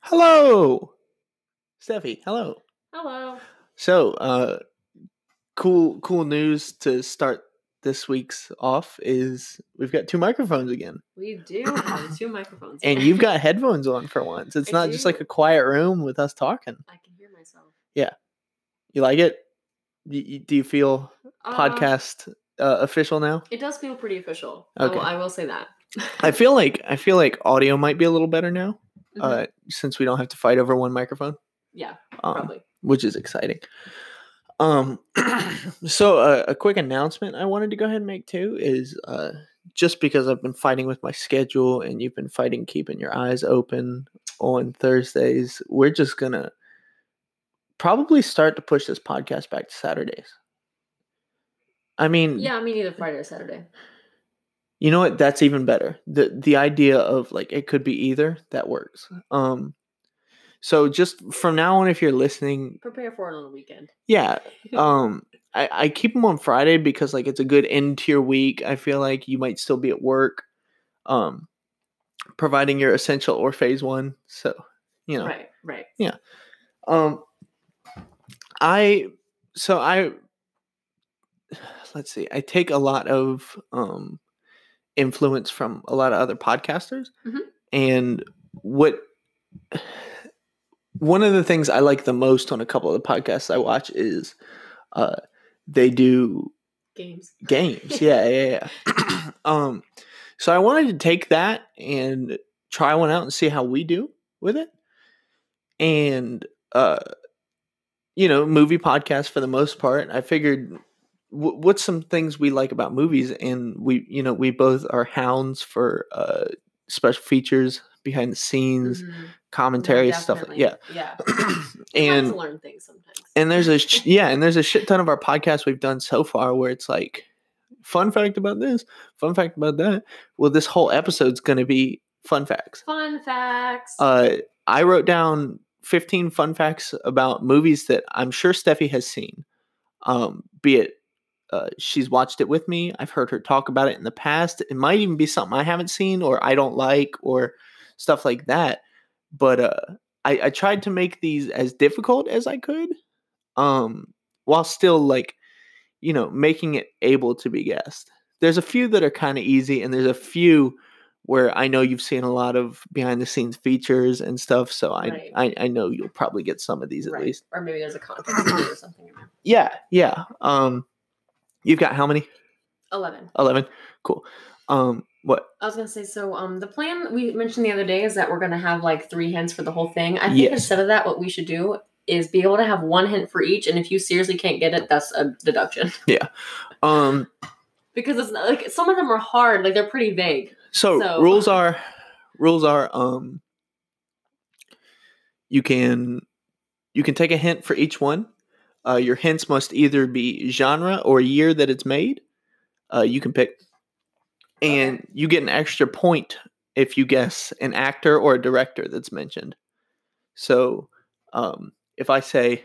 Hello, Steffi. Hello. Hello. So, uh, cool, cool news to start this week's off is we've got two microphones again, We do have two microphones. and you've got headphones on for once. It's I not just do. like a quiet room with us talking. I can hear myself. You like it? Y y- do you feel Uh, podcast uh, official now? It does feel pretty official. I, Okay. will, I will say that. I feel like I feel like audio might be a little better now, Mhm. uh, since we don't have to fight over one microphone. yeah, Um, probably. which is exciting. Um, so uh, a quick announcement I wanted to go ahead and make too is uh, just because I've been fighting with my schedule and you've been fighting keeping your eyes open on Thursdays, we're just gonna probably start to push this podcast back to Saturdays. I mean, Yeah, I mean either Friday or Saturday. you know what? That's even better. The the idea of like it could be either that works. Um, so just from now on, if you're listening, Prepare for it on the weekend. yeah. Um, I, I keep them on Friday because like it's a good end to your week. I feel like you might still be at work, um, providing you're essential or phase one. So, you know, Right, right. um, I so I let's see. I take a lot of um influence from a lot of other podcasters, Mhm. and what one of the things I like the most on a couple of the podcasts I watch is uh they do Games. games. Yeah, yeah, yeah. um, so I wanted to take that and try one out and see how we do with it. And uh, you know, movie podcast for the most part. I figured, w- what's some things we like about movies? And we, you know, we both are hounds for uh, special features, behind the scenes, Mhm. commentary, No, stuff. Like, yeah, definitely. Yeah. and and to learn things sometimes. and there's a sh- yeah and there's a shit ton of our podcasts we've done so far where it's like fun fact about this fun fact about that well this whole episode's going to be fun facts fun facts. uh, i wrote down 15 fun facts about movies that i'm sure steffi has seen um, be it uh, she's watched it with me i've heard her talk about it in the past it might even be something i haven't seen or i don't like or stuff like that but uh, I, I tried to make these as difficult as i could um, while still like you know making it able to be guessed there's a few that are kind of easy and there's a few where i know you've seen a lot of behind the scenes features and stuff so i Right. I, I know you'll probably get some of these at right. least Or maybe there's a context clue or something. in there. yeah yeah um you've got how many 11. 11 cool um what I was gonna say, so um, the plan we mentioned the other day is that we're gonna have like three hints for the whole thing. I think Yes. instead of that, what we should do is be able to have one hint for each, and if you seriously can't get it, that's a deduction um because it's not, like some of them are hard, like they're pretty vague. so, So- rules are rules are um you can you can take a hint for each one uh, your hints must either be genre or year that it's made uh, you can pick and you get an extra point if you guess an actor or a director that's mentioned so um, if i say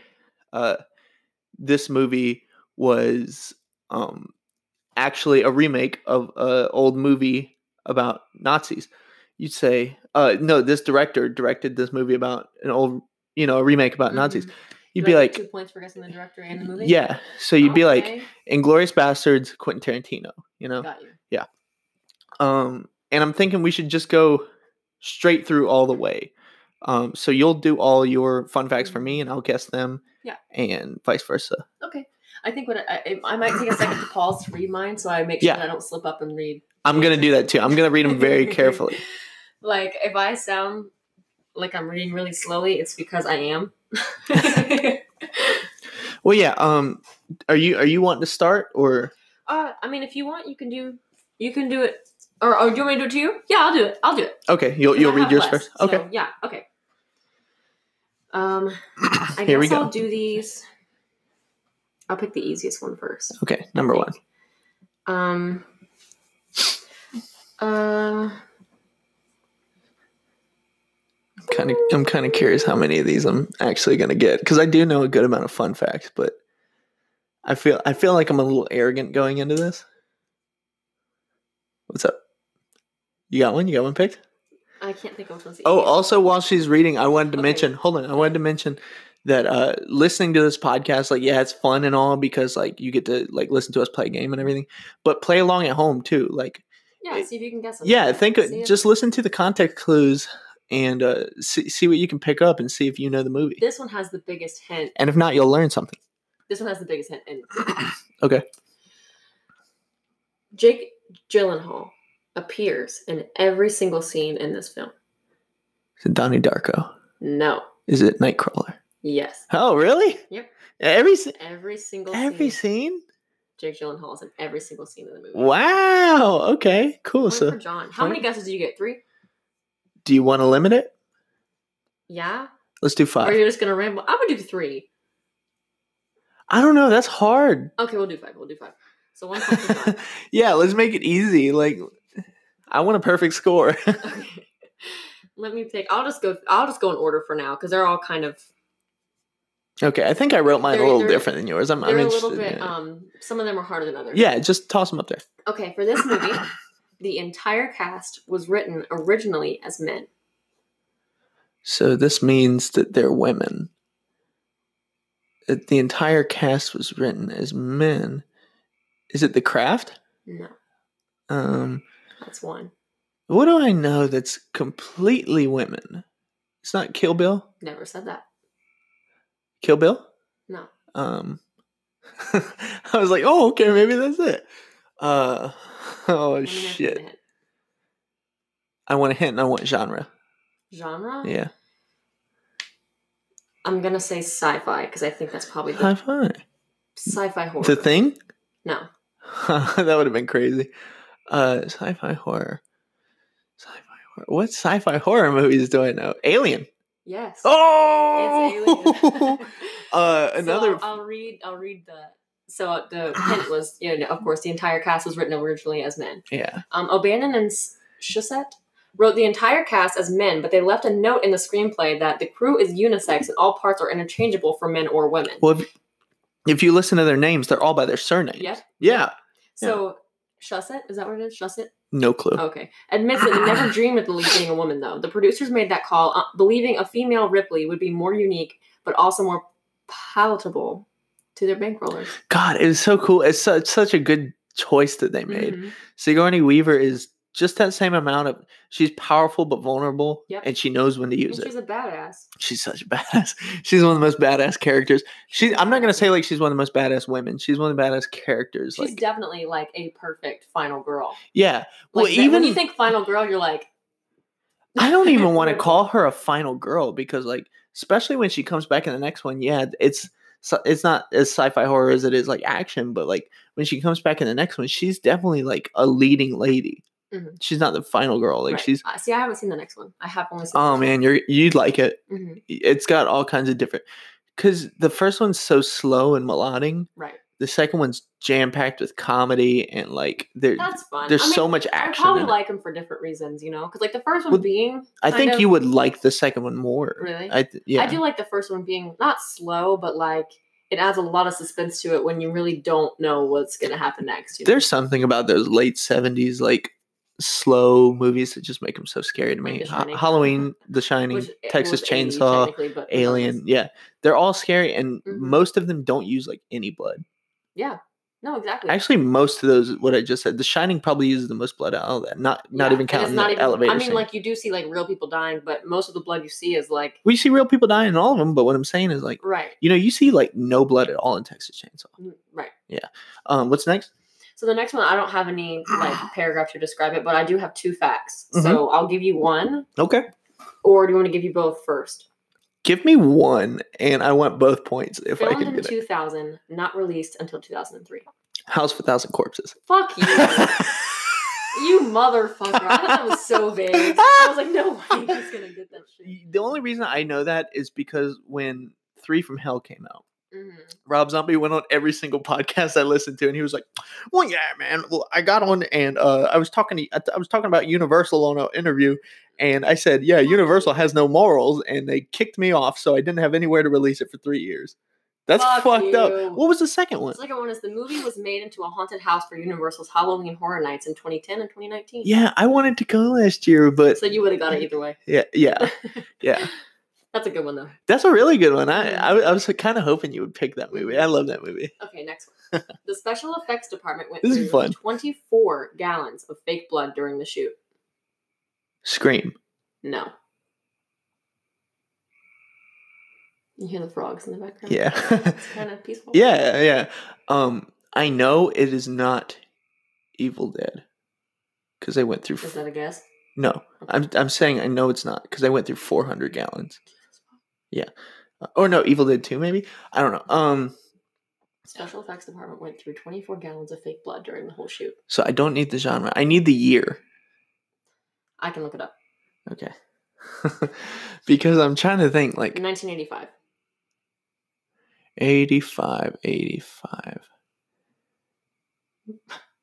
uh, this movie was um, actually a remake of an old movie about Nazis. You'd say, uh, no, this director directed this movie about an old, you know, a remake about Nazis. Mhm. You'd Do be I get like, two points for guessing the director and the movie. yeah. So you'd be like, uh. Okay, Inglorious Bastards, Quentin Tarantino, you know? got you. Um, and I'm thinking we should just go straight through all the way. Um, so you'll do all your fun facts for Mhm. me and I'll guess them. Yeah. And vice versa. Okay, I think what I, I, I might take a second to pause to read mine, so I make sure Yeah. that I don't slip up and read. I'm going to do that too. I'm going to read them very carefully. Like if I sound like I'm reading really slowly, it's because I am. Well, yeah. Um, are you, are you wanting to start or? Uh, I mean, if you want, you can do. You can do it. Or, or do you want me to do it to you? Yeah, I'll do it. I'll do it. Okay. You'll, 'Cause Oh, you'll I read have yours less, first. Okay. so, yeah. Okay. Um, I Here guess we go. I'll do these. I'll pick the easiest one first. Okay, number one. Um. Uh. Kind of, I'm kind of curious how many of these I'm actually gonna get because I do know a good amount of fun facts, but I feel I feel like I'm a little arrogant going into this. What's up? You got one? You got one picked? I can't think of what's Oh, also while she's reading, I wanted to Okay. mention. Hold on, I wanted to mention that uh, listening to this podcast, like, yeah, it's fun and all because like you get to like listen to us play a game and everything, but play along at home too. Like, yeah. See if you can guess. something. yeah, think See if- just listen to the context clues and uh, see see what you can pick up and see if you know the movie. This one has the biggest hint. And if not, you'll learn something. This one has the biggest hint. And Okay. Jake Gyllenhaal appears in every single scene in this film. Is it Donnie Darko? No. Is it Nightcrawler? Yes. Oh, really? Yep. Every se- Every single every scene. scene. Jake Gyllenhaal is in every single scene of the movie. Wow. Okay. Cool. Point for So, John. How many guesses did you get? Three? do you want to limit it? Yeah? Let's do Or five. you're just gonna ramble? I'm gonna do three. I don't know. That's hard. Okay, we'll do five. We'll do five. So one point for John. yeah, let's make it easy. Like, I want a perfect score. Okay. Let me pick. I'll just go. I'll just go in order for now because they're all kind of. okay, I think I wrote mine They're- a little they're- different than yours. I'm, I'm They're a interested. little in bit. it. Um, some of them are harder than others. yeah, just toss them up there. Okay, for this movie, the entire cast was written originally as men. So this means that they're women. That the entire cast was written as men. Is it The Craft? No, Um, that's one. what do I know that's completely women? It's not Kill Bill. Never said that. Kill Bill. No. Um, I was like, oh, okay, maybe that's it. Uh, oh Let me know if you shit. get it. I want a hint. and I want genre. Genre? Yeah. I'm gonna say sci-fi because I think that's probably the High five. sci-fi horror. The thing? No, that would have been crazy. Uh, sci-fi horror. Sci-fi horror. What sci-fi horror movies do I know? Alien. yes. Oh. It's alien. uh, So another. I'll, I'll read. I'll read the. So the hint was, you know, of course, the entire cast was written originally as men. yeah. Um, O'Bannon and S- Shusett wrote the entire cast as men, but they left a note in the screenplay that the crew is unisex and all parts are interchangeable for men or women. Well, if, if you listen to their names, they're all by their surnames. Yep. Yeah. So Shusett, is that what it is? Shusett? No clue. Okay. Admits that they never dreamed of the lead being a woman, though. The producers made that call, uh, believing a female Ripley would be more unique, but also more palatable to their bankrollers. God, it was so cool. It's such such a good choice that they made. Mhm. Sigourney Weaver is just that same amount of. She's powerful but vulnerable, Yep. and she knows when to And use it. she's a badass. she's such a badass. She's one of the most badass characters. She I'm not gonna say like she's one of the most badass women. She's one of the badass characters. She's like definitely like a perfect final girl. yeah. Like Well, that- when even- you think final girl, you're like, I don't even want to Ripley. call her a final girl because like especially when she comes back in the next one, yeah, it's so- it's not as sci-fi horror as it is like action, but like when she comes back in the next one, she's definitely like a leading lady. Mhm. She's not the final girl. Like Right. she's Uh, see, I haven't seen the next one. I have only seen. oh man, you're you'd like it. hmm It's got all kinds of different because the first one's so slow and melodic. Right. the second one's jam packed with comedy and like there, That's fun. there's I mean, so much I action. probably in it. like them for different reasons, you know, because like the first one Well, being, I kind think of- you would like the second one more. Really? I th- yeah. I do like the first one being not slow, but like it adds a lot of suspense to it when you really don't know what's gonna happen next. You know? There's something about those late '70s like slow movies that just make them so scary to Like me. The Ha- Shining. Halloween, The Shining, Which it Texas was 80s Chainsaw, technically, but Alien. Yeah, they're all scary, and Mhm. most of them don't use like any blood. No, exactly. Actually, most of those, what I just said, The Shining probably uses the most blood out of that. Not not Yeah, even and it's counting not the even- elevator. I mean, scene. like you do see like real people dying, but most of the blood you see is like we see real people dying in all of them, but what I'm saying is like. right, You know, you see like no blood at all in Texas Chainsaw. mm, right. Um, what's next? So the next one, I don't have any like paragraph to describe it, but I do have two facts. Mm-hmm. So I'll give you one, Okay, or do you want to give you both first? give me one, and I want both points if I Filmed can in get it. 2000, not released until 2003. House of a Thousand Corpses. Fuck you, you motherfucker! I thought that was so vague. I was like, no way, he's gonna get that shit. the only reason I know that is because when Three from Hell came out, Mhm. Rob Zombie went on every single podcast I listened to, and he was like, "Well, yeah, man. Well, I got on and uh, I was talking to I, I was talking about Universal on an interview, and I said, yeah, Universal has no morals, and they kicked me off, so I didn't have anywhere to release it for three years. That's Fuck fucked you. up. What was the second The one? second one is the movie was made into a haunted house for Universal's Halloween Horror Nights in 2010 and 2019. Yeah, I wanted to go last year, but So you would have got it either way. yeah, yeah, yeah. That's a good one though. That's a really good one. I I, I was kind of hoping you would pick that movie. I love that movie. Okay, next one. the special effects department went This is through fun. 24 gallons of fake blood during the shoot. Scream. No. You hear the frogs in the background? Yeah, It's kind of peaceful. yeah, yeah. Um, I know it is not Evil Dead because I went through. Is f- that a guess? no, I'm I'm saying I know it's not because I went through 400 gallons. Uh, Or no, Evil Dead 2 maybe. I don't know. Um, Special effects department went through 24 gallons of fake blood during the whole shoot. so I don't need the genre. I need the year. I can look it up. Okay. because I'm trying to think like 1985. 85, 85.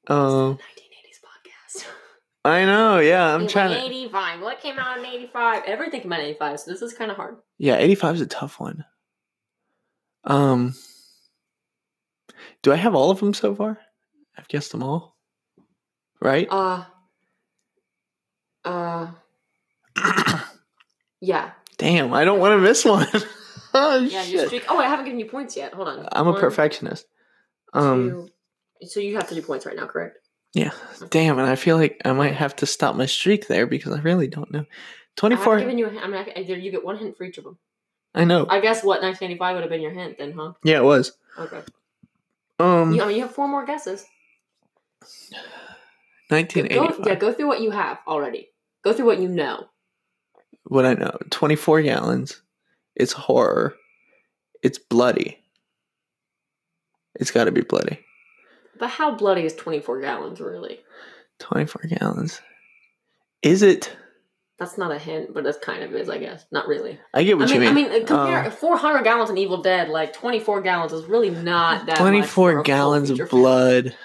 Um, 1980s podcast. I know. Yeah, I'm It trying went to. 85. What came out in 85? Everything came out in 85, so this is kind of hard. Yeah, 85 is a tough one. Um, do I have all of them so far? I've guessed them all, right? Uh, uh, yeah. Damn, I don't want to miss one. oh Yeah, your shit! streak. Oh, I haven't given you points yet. Hold on. I'm a One, perfectionist. Um, two- So you have to do points right now, correct? yeah. Damn, and I feel like I might have to stop my streak there because I really don't know. I haven't 24. given you a hint. I'm not, either you get one hint for each of them. I know. I guess what 1985 would have been your hint then, huh? yeah, it was. Okay. Um, You, I mean, you have four more guesses. Go, 1985. yeah, go through what you have already. Go through what you know. what I know. 24 gallons. It's horror. It's bloody. It's got to be bloody. But how bloody is 24 gallons, really? 24 gallons. Is it? That's not a hint, but that's kind of is, I guess. Not really. I get I what mean, you mean. I mean, uh, compare Um, 400 gallons in Evil Dead, like 24 gallons is really not that. much for 24 a full gallons feature of film. blood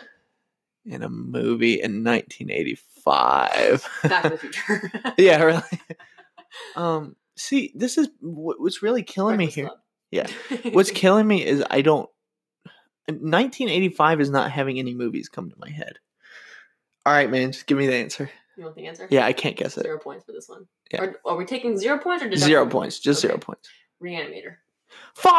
in a movie in 1985. Back to the future. yeah, really. um, see, this is wh- what's really killing me Breakfast here. Club. Yeah. What's killing me is I don't. 1985 is not having any movies come to my head. All right, man, just give me the answer. you want the answer? Yeah, I can't guess it. Zero points for this one. Yeah. Are, are we taking zero points or deducting Zero points, just Okay. zero points. Reanimator. Fuck!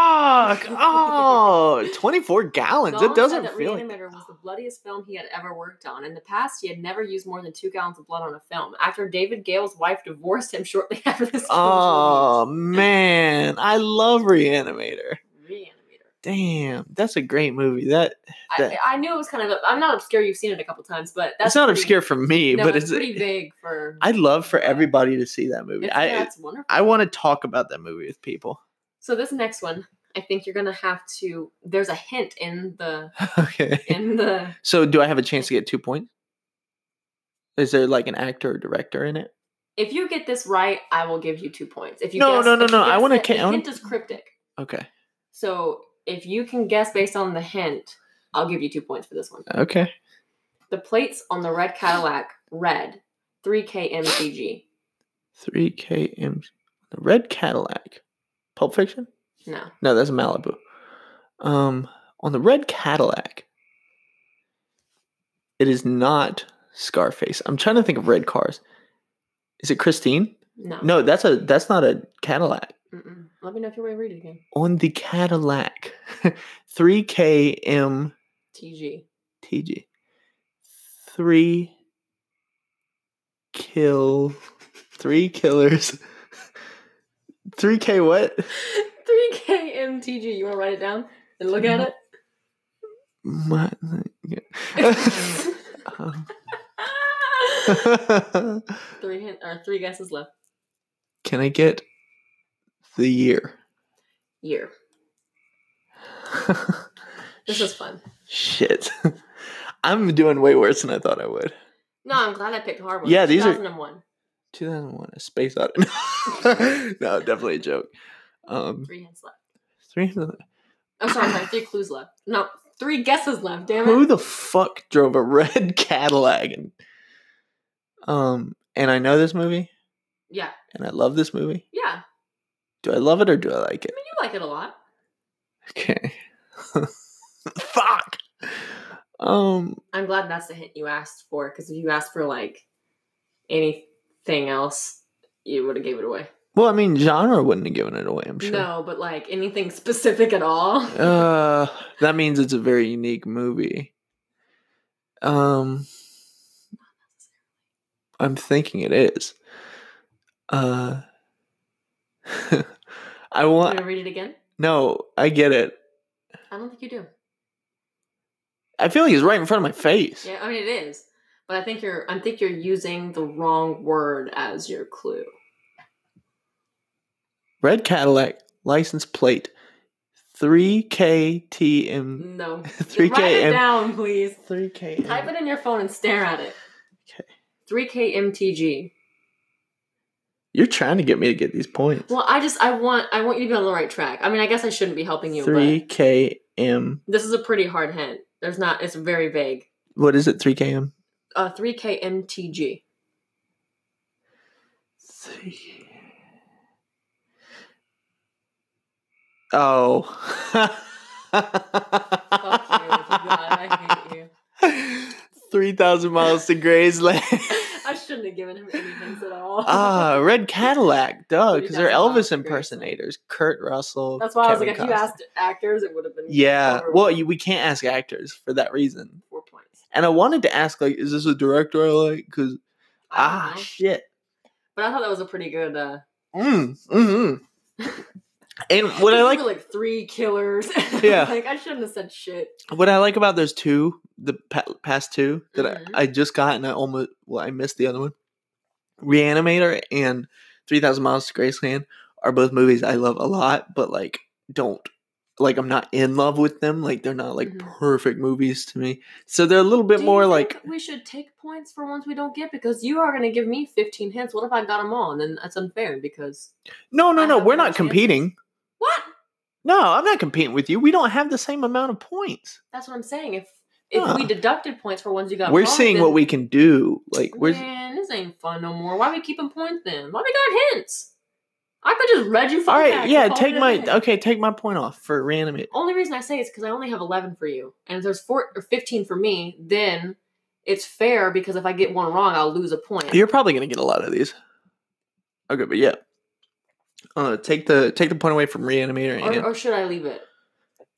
Oh, 24 gallons. Gollum It said doesn't that feel like. Reanimator was the bloodiest film he had ever worked on. In the past, he had never used more than two gallons of blood on a film. Actor David Gale's wife divorced him shortly after this. film's Oh, man. I love Reanimator. release. Reanimator. Damn, that's a great movie. That I, That- I knew it was kind of. I'm not obscure. You've seen it a couple times, but that's It's not pretty- obscure for me, No, but it's it's. pretty vague for. I'd love for everybody to see that movie. It's, I yeah, it's wonderful. I want to talk about that movie with people. So this next one, I think you're gonna have to. There's a hint in the okay. in the. So do I have a chance to get two points? Is there like an actor or director in it? If you get this right, I will give you two points. If you No, guess, no, no, if you no, I guess wanna it- ca- I The wanna- hint is cryptic, Okay. so if you can guess based on the hint, I'll give you two points for this one. Okay. The plates on the red Cadillac, red, three kmcg. Three KM the red Cadillac. Pulp Fiction? No, No, that's Malibu. Um on the red Cadillac. It is not Scarface. I'm trying to think of red cars. Is it Christine? no, No, that's a that's not a Cadillac. Mm-mm. Let me know if you want to read it again. On the Cadillac. 3KM TG. TG. Three kill three killers. Three K what? 3KMTG. You want to write it down and look at it? My, um, three hint, or three guesses left. can I get the year? Year. This is fun. Shit. I'm doing way worse than I thought I would. No, I'm glad I picked hard ones. Yeah, these are- 2001. 2001, a space out. no, definitely a joke. Um, Three hints left. three. I'm sorry, sorry, three clues left. No, three guesses left. Damn it. Who the fuck drove a red Cadillac? And, um, and I know this movie, yeah, and I love this movie. yeah. I Do I love it or do I like it? mean, you like it a lot. Okay. Fuck. Um. I'm glad that's the hint you asked for because if you asked for like anything else, you would have gave it away. Well, I mean, genre wouldn't have given it away. I'm sure. No, but like anything specific at all. Uh, that means it's a very unique movie. Um, I'm thinking it is. Uh, I you want gonna read it again? no. I get it. I don't think you do. I feel like it's right in front of my face. Yeah, I mean it is, but I think you're. I think you're using the wrong word as your clue. Red Cadillac license plate, three KTM, No. three Write it KM, down, please. three Type KM. it in your phone and stare at it. Okay. 3KMTG. You're trying to get me to get these points. Well, I just I want I want you to be on the right track. I mean, I guess I shouldn't be helping you, Three KM. but this is a pretty hard hint. There's not it's very vague. What is it? Three KM. Uh 3KMTG. Three. Oh. Fuck you. God, I hate you. 3,000 miles to Graceland. I shouldn't have given him any hints at all. ah, Red Cadillac. Duh, because they're 3,000 miles Elvis to Graceland. impersonators. Kurt Russell. That's why I was like, Kevin if you Costner. asked actors, it would have been Yeah. over Well, you, we can't ask actors for that reason. four points. And I wanted to ask, like, is this a director I like? Because, I don't ah, know. shit. but I thought that was a pretty good. uh Mm, mm, mm. and what I these like were like three killers. Yeah. like I shouldn't have said shit. what I like about those two, the pa- past two that Mhm. I, I just got and I almost well I missed the other one. Reanimator and Three Thousand Miles to Graceland are both movies I love a lot, but like don't like I'm not in love with them. Like they're not like Mhm. perfect movies to me. So they're a little bit Do more you like think we should take points for ones we don't get because you are going to give me 15 hints. What if I got them all? And then that's unfair because no no I no have we're no not chances. competing. what? No, I'm not competing with you. We don't have the same amount of points. That's what I'm saying. If if Huh. we deducted points for ones you got, we're wrong, seeing then- what we can do. Like we're man, this ain't fun no more. Why we keeping points then? Why we got hints? I could just read you. all fun facts right. and Yeah, call take it a my day. okay. Take my point off for reanimate. Only reason I say it's because I only have 11 for you, and if there's four or 15 for me, then it's fair because if I get one wrong, I'll lose a point. You're probably gonna get a lot of these. Okay, but yeah. Uh, take the take the point away from reanimator and or, or should I leave it?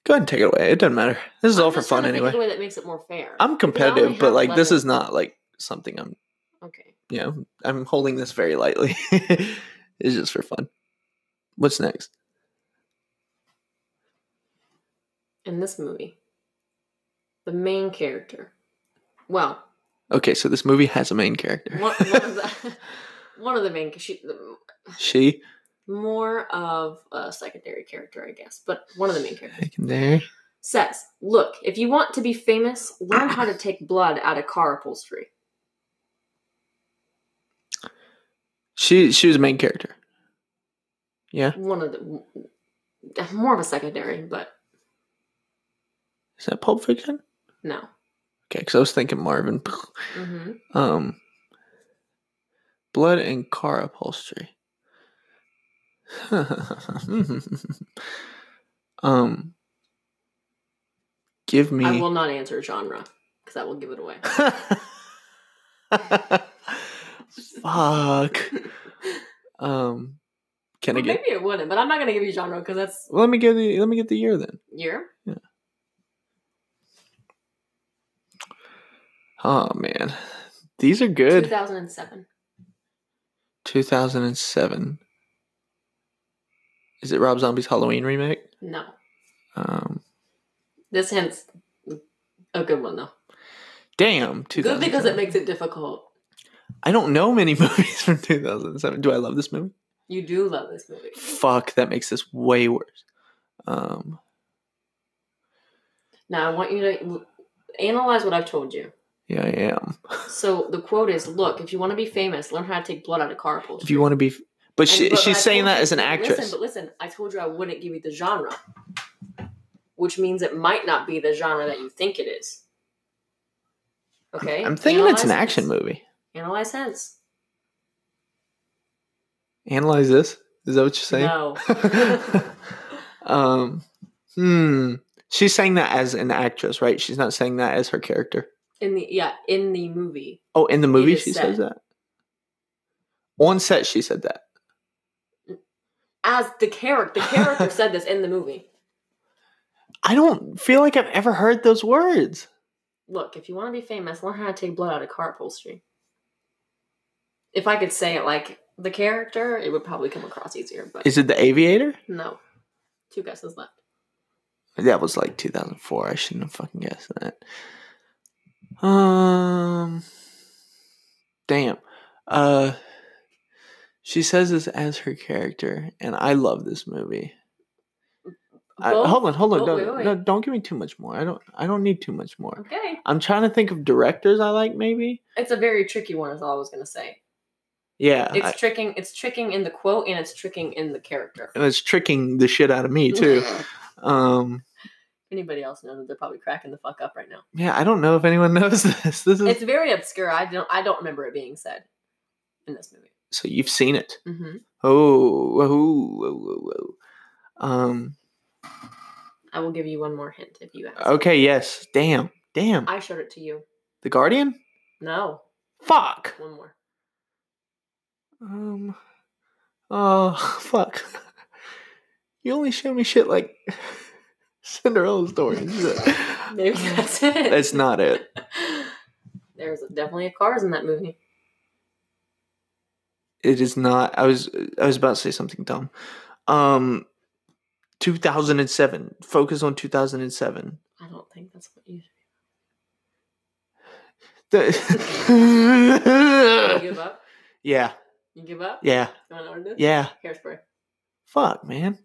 go ahead and take it away. It doesn't matter. This is I'm all for just trying fun to think of anyway. The way that makes it more fair. I'm competitive, have but like this 11. is not like something I'm okay. you know I'm holding this very lightly. it's just for fun. What's next? in this movie, the main character, well, Okay, so this movie has a main character. one, one, of the, one of the main, she, the- she more of a secondary character, I guess, but one of the main characters taken there. says, "Look, if you want to be famous, learn how to take blood out of car upholstery." She she was a main character. Yeah, One of the more of a secondary, but is that Pulp Fiction? no. Okay, because I was thinking Marvin. hmm Um, blood and car upholstery. um, give me. I will not answer genre because that will give it away. Fuck. Um, can I get? Well, maybe it wouldn't, but I'm not going to give you genre because that's Let me get the. Let me get the year then. your Oh man, these are good. 2007. Two thousand and seven. Is it Rob Zombie's Halloween remake? No. Um, This hint's a good one though. damn. Two Good thousand. because it makes it difficult. I don't know many movies from 2007. Do I love this movie? You do love this movie. Fuck, that makes this way worse. Um, Now I want you to l- analyze what I've told you. yeah, I am. So the quote is, "Look, if you want to be famous, learn how to take blood out of car upholstery." If you want to be, but And- she, but she's I saying told that you- as an but actress. Listen, but listen, I told you I wouldn't give you the genre, which means it might not be the genre that you think it is. Okay, I'm thinking it's an Analyze action this. movie. Analyze sense. Analyze this. Is that what you're saying? No. um, Hmm. She's saying that as an actress, right? She's not saying that as her character. In the yeah, in the movie. Oh, in the movie is she set. says that. On set she said that. As the character the character said this in the movie. I don't feel like I've ever heard those words. Look, if you want to be famous, learn how to take blood out of car upholstery. If I could say it like the character, it would probably come across easier, but Is it The Aviator? no. Two guesses left. That was like 2004. I shouldn't have fucking guessed that. Um, damn. Uh, she says this as her character, and I love this movie. I, Both- hold on, hold on. oh, don't, wait, wait, No, wait. don't give me too much more. I don't. I don't need too much more. Okay. I'm trying to think of directors I like. Maybe. It's a very tricky one is all I was gonna say. Yeah. It's I- tricking it's tricking in the quote and it's tricking in the character. and it's tricking the shit out of me too. um. Anybody else knows that they're probably cracking the fuck up right now. Yeah. I don't know if anyone knows this. This is. It's very obscure. I don't I don't remember it being said in this movie. so you've seen it. hmm Oh, whoa, whoa, whoa, whoa. Um. I will give you one more hint if you ask. Okay. Yes. Damn. Damn. I showed it to you. the Guardian. No, Fuck. one more. Um. Oh fuck. You only show me shit like Cinderella stories. Maybe that's it. That's not it. There's definitely a cars in that movie. It is not. I was. I was about to say something dumb. Um. 2007. Focus on 2007. I don't think that's what you. You The- give up. yeah. You give up. Yeah. You want to know what it is? Yeah. Hairspray. Fuck, man.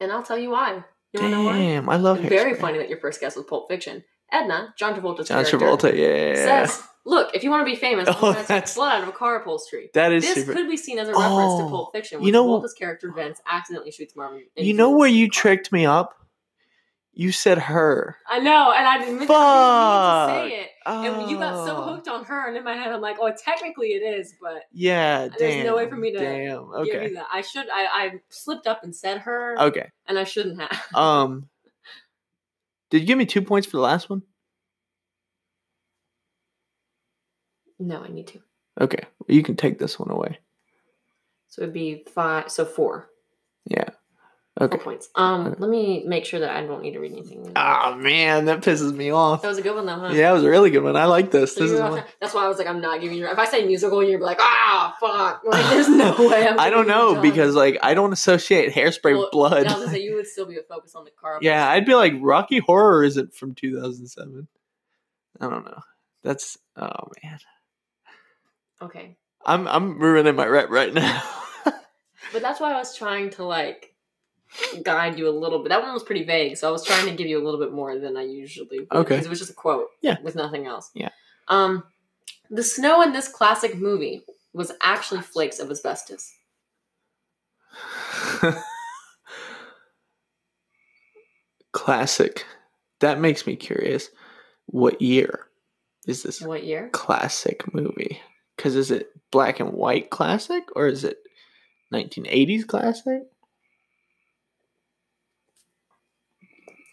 And I'll tell you why. You want to know why? Damn. I love Hairspray. Very funny that your first guess was Pulp Fiction. Edna, John Travolta's John character, Travolta. Yeah. says, "Look, if you want to be famous, Oh, oh, that's that's- blood out of a car upholstery." that is This super. could be seen as a reference to Oh, Pulp Fiction, you where you know- Travolta's character Vince accidentally shoots Marvin. in You know his where you car. tricked me up? You said her. I know, and I didn't, I didn't mean to say it. Oh. And you got so hooked on her, and in my head, I'm like, oh, technically it is, but Yeah, damn. There's no way for me to Damn. give Okay. you that. I should, I, I slipped up and said her, Okay. and I shouldn't have. Um. Did you give me two points for the last one? no, I need to. Okay. You can take this one away. So it'd be five, so four, Okay. four points. Um, Okay. let me make sure that I don't need to read anything. Ah man, that pisses me off. that was a good one though, huh? Yeah, it was a really good one. I like this. So you This is were one. off- That's why I was like, I'm not giving you. If I say musical, you'd be like, ah, fuck. Like, there's no way. I'm I don't giving you know John. because like I don't associate hairspray Well, with blood. Yeah, I was gonna say, you would still be a focus on the car. Yeah, I'd be like Rocky Horror isn't from 2007. I don't know. That's oh man. Okay. I'm I'm ruining my rep right now. But that's why I was trying to like guide you a little bit. That one was pretty vague, so I was trying to give you a little bit more than I usually would. Okay. Because it was just a quote. Yeah. With nothing else. Yeah. Um the snow in this classic movie was actually flakes of asbestos. Classic. That makes me curious. What year is this What year? classic movie? Cuz is it black and white classic or is it 1980s classic?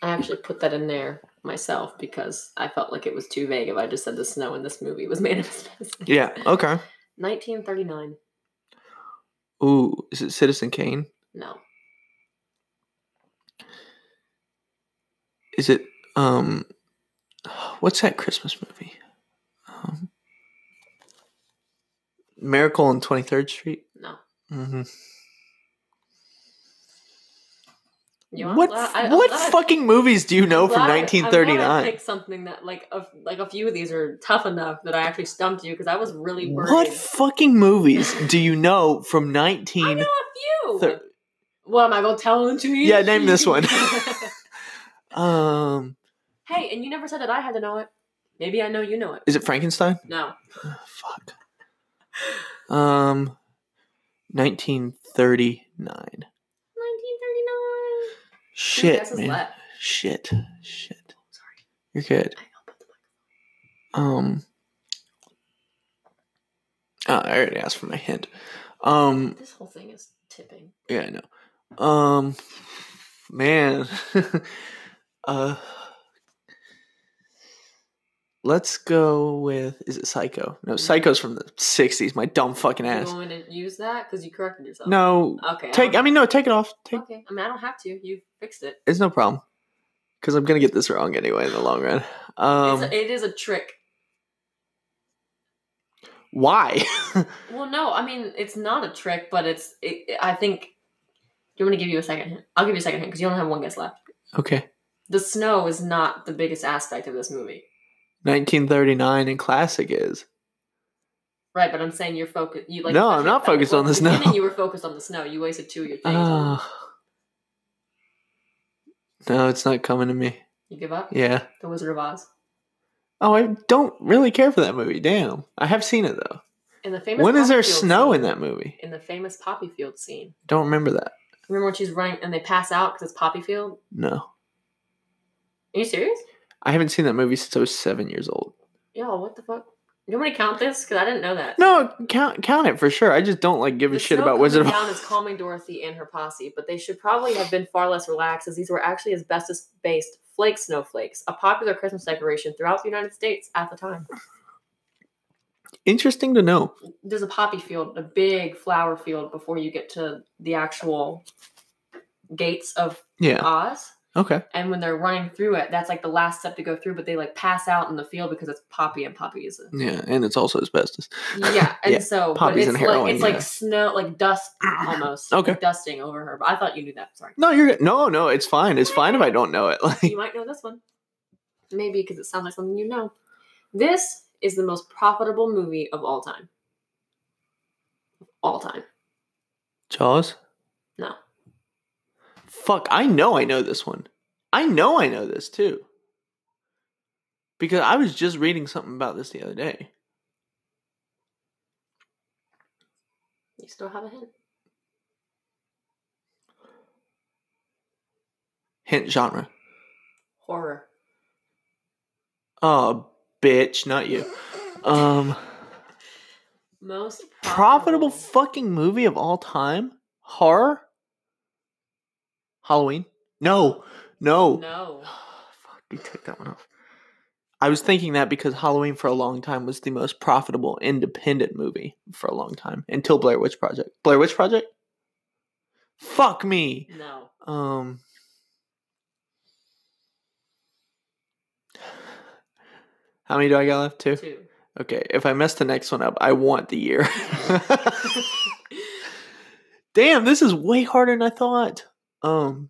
I actually put that in there myself because I felt like it was too vague if I just said the snow in this movie was made of asbestos. Yeah, okay. 1939. Ooh, is it Citizen Kane? No. Is it um what's that Christmas movie? Um Miracle on 23rd Street? No. Mm-hmm. You want- What I- I'm what glad- fucking movies do you know I'm Oh, from glad I- I'm glad I 1939? picked something that like a, like a few of these are tough enough that I actually stumped you because I was really worried. What fucking movies do you know from I 19? know a few. thir- well, am I gonna tell them to you? Yeah, name this one. um, hey, and you never said that I had to know it. Maybe I know you know it. is it Frankenstein? No, Oh, fuck. Um, 1939. 1939. Two Shit, guesses man. left. Shit, shit. Sorry, You're good. I elbowed the mic. Um, oh, I already asked for my hint. Um, This whole thing is tipping. yeah, I know. Um, man. uh, let's go with is it Psycho? No, Psycho's from the '60s. My dumb fucking You ass. want me to use that because you corrected yourself? No, Okay. I take. I mean, no, take it off. don't- Take. okay. I mean, I don't have to. You fixed it. It's no problem. Because I'm gonna get this wrong anyway in the long run. Um, it's a, it is a trick. why? Well, no, I mean it's not a trick, but it's. It, I think. Do you want me to give you a second hint? I'll give you a second hint because you only have one guess left. okay, The snow is not the biggest aspect of this movie, 1939 and classic is right? But I'm saying you're focused. You like. No, I'm actually, not that was focused on one- the snow. beginning You were focused on the snow. You wasted two of your things. on- Ah. no, it's not coming to me. you give up. Yeah. The Wizard of Oz. Oh, I don't really care for that movie. Damn, I have seen it though. And the famous. When is there poppy field snow scene- in that movie? In the famous poppy field scene. Don't remember that. Remember when she's running and they pass out because it's poppy field? No, Are you serious? I haven't seen that movie since I was seven years old. Yo, what the fuck? Do you want me to count this? Because I didn't know that. No, count count it for sure. I just don't like giving The shit snow about Wizard of coming down is Oz. calming Dorothy and her posse, but they should probably have been far less relaxed as these were actually asbestos-based flake snowflakes, a popular Christmas decoration throughout the United States at the time. Interesting to know. There's a poppy field, a big flower field before you get to the actual gates of Yeah. Oz. Okay. And when they're running through it, that's like the last step to go through, but they like pass out in the field because it's poppy and poppy is a Yeah, and it's also asbestos. Yeah, and Yeah, so but poppies it's and like heroin, it's yeah. like snow, like dust almost, Okay. like dusting over her. But I thought you knew that. Sorry, No, you're no, no. It's fine. It's fine if I don't know it. Like, you might know this one, maybe because it sounds like something you know. This is the most profitable movie of all time. All time. Jaws. No. Fuck! I know I know this one. I know I know this too. Because I was just reading something about this the other day. You still have a hint. Hint genre. Horror. Oh, bitch, not you. Um, Most profitable fucking movie of all time? Horror? Halloween? No, no. no. Fuck, you took that one off. I was thinking that because Halloween for a long time was the most profitable independent movie for a long time until Blair Witch Project. Blair Witch Project? Fuck me. No. Um. How many do I got left? Two? Two. Okay, if I mess the next one up, I want the year. Damn, this is way harder than I thought. Um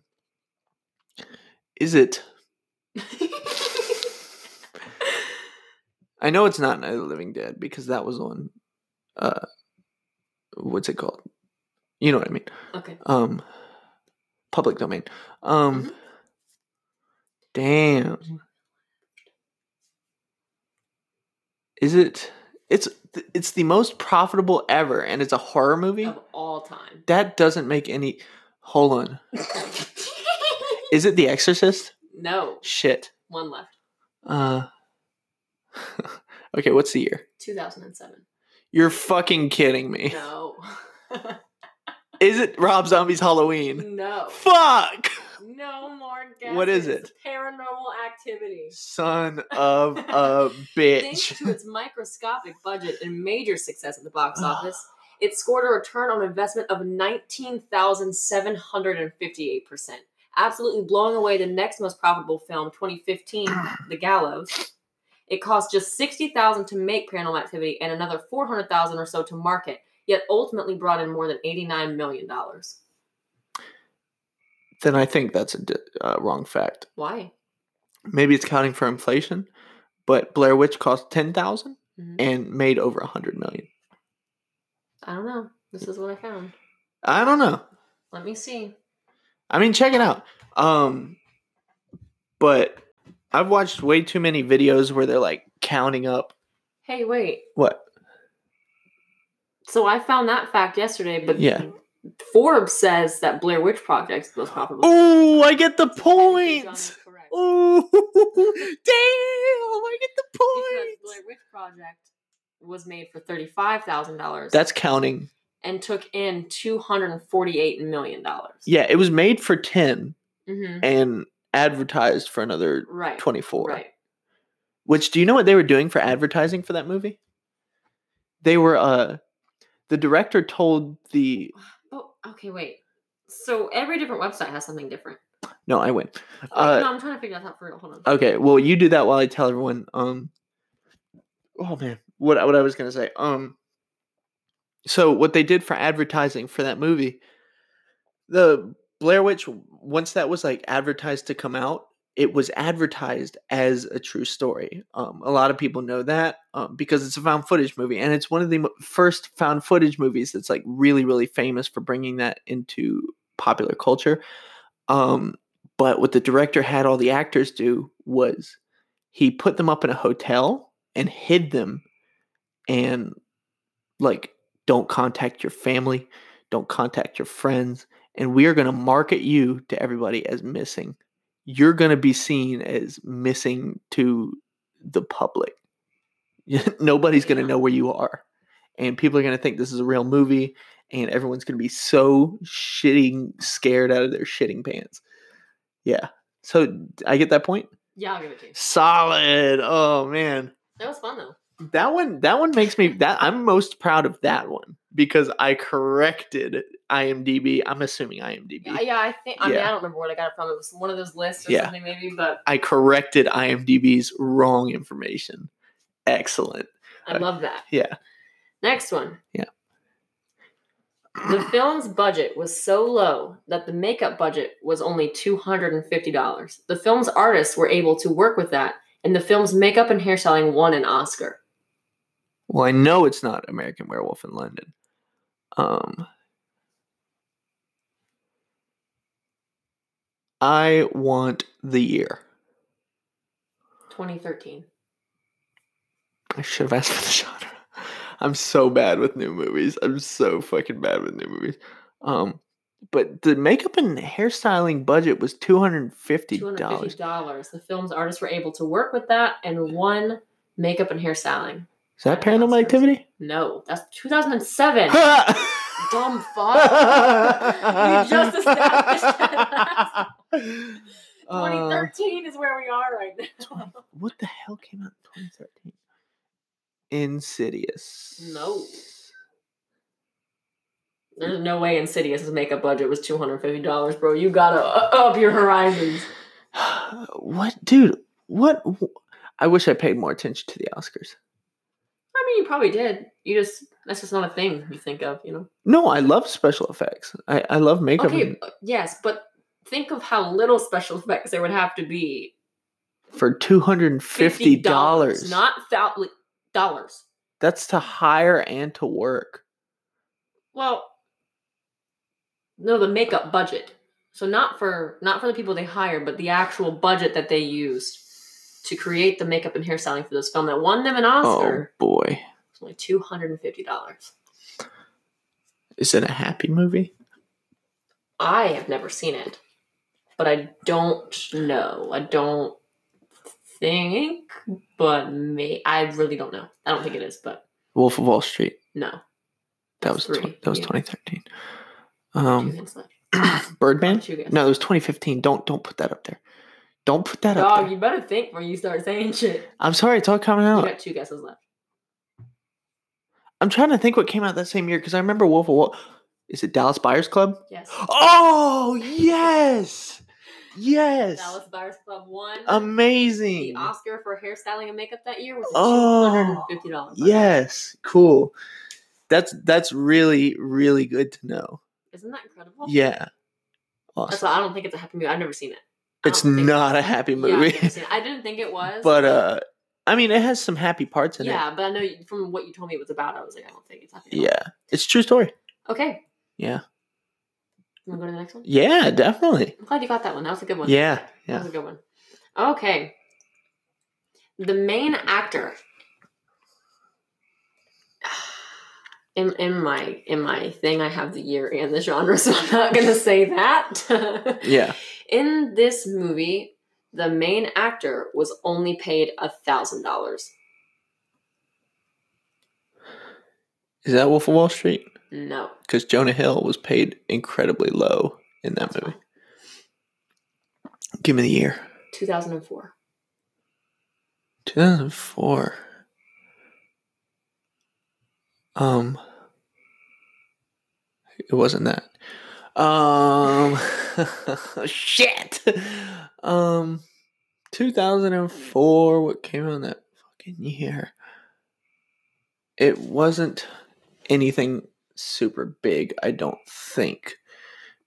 Is it I know it's not Night of the Living Dead because that was on uh what's it called? You know what I mean. okay. Um public domain. Um Mhm. Damn. Is it it's th- it's the most profitable ever and it's a horror movie? Of all time. That doesn't make any Hold on. Is it The Exorcist? no. Shit. One left. Uh Okay, what's the year? 2007. You're fucking kidding me. No. Is it Rob Zombie's Halloween? no. Fuck! No more guesses. What is it? Paranormal activity. Son of a Thanks bitch. to its microscopic budget and major success at the box office, it scored a return on investment of 19,758%, absolutely blowing away the next most profitable film, 2015, The Gallows. It cost just 60000 to make Paranormal Activity and another 400000 or so to market, yet ultimately brought in more than $89 million. Then I think that's a d- uh, wrong fact. Why? maybe it's counting for inflation, but Blair Witch cost ten thousand Mhm. and made over a hundred million. I don't know. This is what I found. I don't know. Let me see. I mean, check it out. Um, but I've watched way too many videos where they're like counting up Hey, wait. what. So I found that fact yesterday, but Yeah. Forbes says that Blair Witch Project's the most profitable. Oh, I get the Technically, John points. is correct. Oh, damn! I get the Because points. Blair Witch Project was made for thirty-five thousand dollars That's counting. and took in two hundred and forty-eight million dollars. Yeah, it was made for ten, Mm-hmm. and advertised for another Right. 24. Right. Which do you know what they were doing for advertising for that movie? They were uh the director told the Oh, okay, wait. So every different website has something different. no, I win. Wait, Uh, no, I'm trying to figure that out for real. Hold on. Okay, well, you do that while I tell everyone. Um, oh man, what what I was gonna say. Um, so what they did for advertising for that movie, the Blair Witch, once that was like advertised to come out, it was advertised as a true story. Um, a lot of people know that um, because it's a found footage movie, and it's one of the mo- first found footage movies that's like really really famous for bringing that into popular culture. Um, but what the director had all the actors do was he put them up in a hotel and hid them and like don't contact your family, don't contact your friends and we are going to market you to everybody as missing. You're going to be seen as missing to the public. Nobody's going to Yeah. know where you are. And people are going to think this is a real movie and everyone's going to be so shitting scared out of their shitting pants. Yeah. So d- I get that point. Yeah, I'll give it to you. Solid. Oh man, That was fun though. that one. That one makes me. That I'm most proud of that one because I corrected IMDb. I'm assuming IMDb. Yeah, yeah I think. I mean, Yeah. I don't remember what I got it from. It was one of those lists or Yeah. something maybe. But I corrected IMDb's wrong information. Excellent. I love that. Yeah. Next one. Yeah. The film's budget was so low that the makeup budget was only $250. The film's artists were able to work with that, and the film's makeup and hairstyling won an Oscar. Well, I know it's not American Werewolf in London. Um, I want the year. 2013. I should have asked for the genre. I'm so bad with new movies. I'm so fucking bad with new movies. Um, but the makeup and hairstyling budget was two hundred and fifty dollars. $250. The film's artists were able to work with that and won makeup and hairstyling. Is that Paranormal Activity? No, that's 2007. Dumb fuck. you just established that. Uh, 2013 is where we are right now. what the hell came out in 2013? Insidious. No. There's no way Insidious's makeup budget was two hundred fifty dollars, bro. You gotta u- up your horizons. what, dude? What? I wish I paid more attention to the Oscars. I mean, you probably did. You just that's just not a thing you think of, you know. No, I love special effects. I, I love makeup. Okay, uh, yes, but think of how little special effects there would have to be. for two hundred and fifty dollars. not thou- like, dollars. That's to hire and to work. Well, no, the makeup budget. So not for not for the people they hired, but the actual budget that they used to create the makeup and hairstyling for this film that won them an Oscar. Oh boy, It's only two hundred and fifty dollars. is it a happy movie? I have never seen it, but I don't know. I don't think, but may I really don't know. I don't think it is, but Wolf of Wall Street. no. That was That's tw- three, that was yeah. twenty thirteen. Two Um, hints left. Birdman. Two guesses. No, it was twenty fifteen. Don't don't put that up there. Don't put that up. Dog, there. you better think when you start saying shit. I'm sorry, it's all coming You out. got two guesses left. I'm trying to think what came out that same year because I remember Wolf of Wall. Is it Dallas Buyers Club? Yes. Oh yes, yes, Dallas Buyers Club won. amazing. the Oscar for hairstyling and makeup that year was Oh, two hundred and fifty dollars. Yes, cool. That's that's really really good to know. isn't that incredible? Yeah, that's awesome. why I don't think it's a happy movie. I've never seen it. I It's don't think- not a happy Yeah, I've movie, never seen it. I didn't think it was, but uh, I mean, it has some happy parts in yeah, but I know you, from what you told me it was about, I was like, I don't think it's happy. it. Yeah, it's a true story. Okay. Yeah, You want to go to the next one? yeah, definitely. I'm glad you got that one. That was a good one. Yeah, That yeah. was a good one. Okay. The main actor in in my in my thing, I have the year and the genre, so I'm not gonna say that. Yeah. in this movie, the main actor was only paid a thousand dollars. Is that Wolf of Wall Street? No. Because Jonah Hill was paid incredibly low in that That's movie. fine. Give me the year. 2004. 2004. Um, it wasn't that. Um, shit. Um, 2004. What came out that fucking year? It wasn't anything super big, I don't think.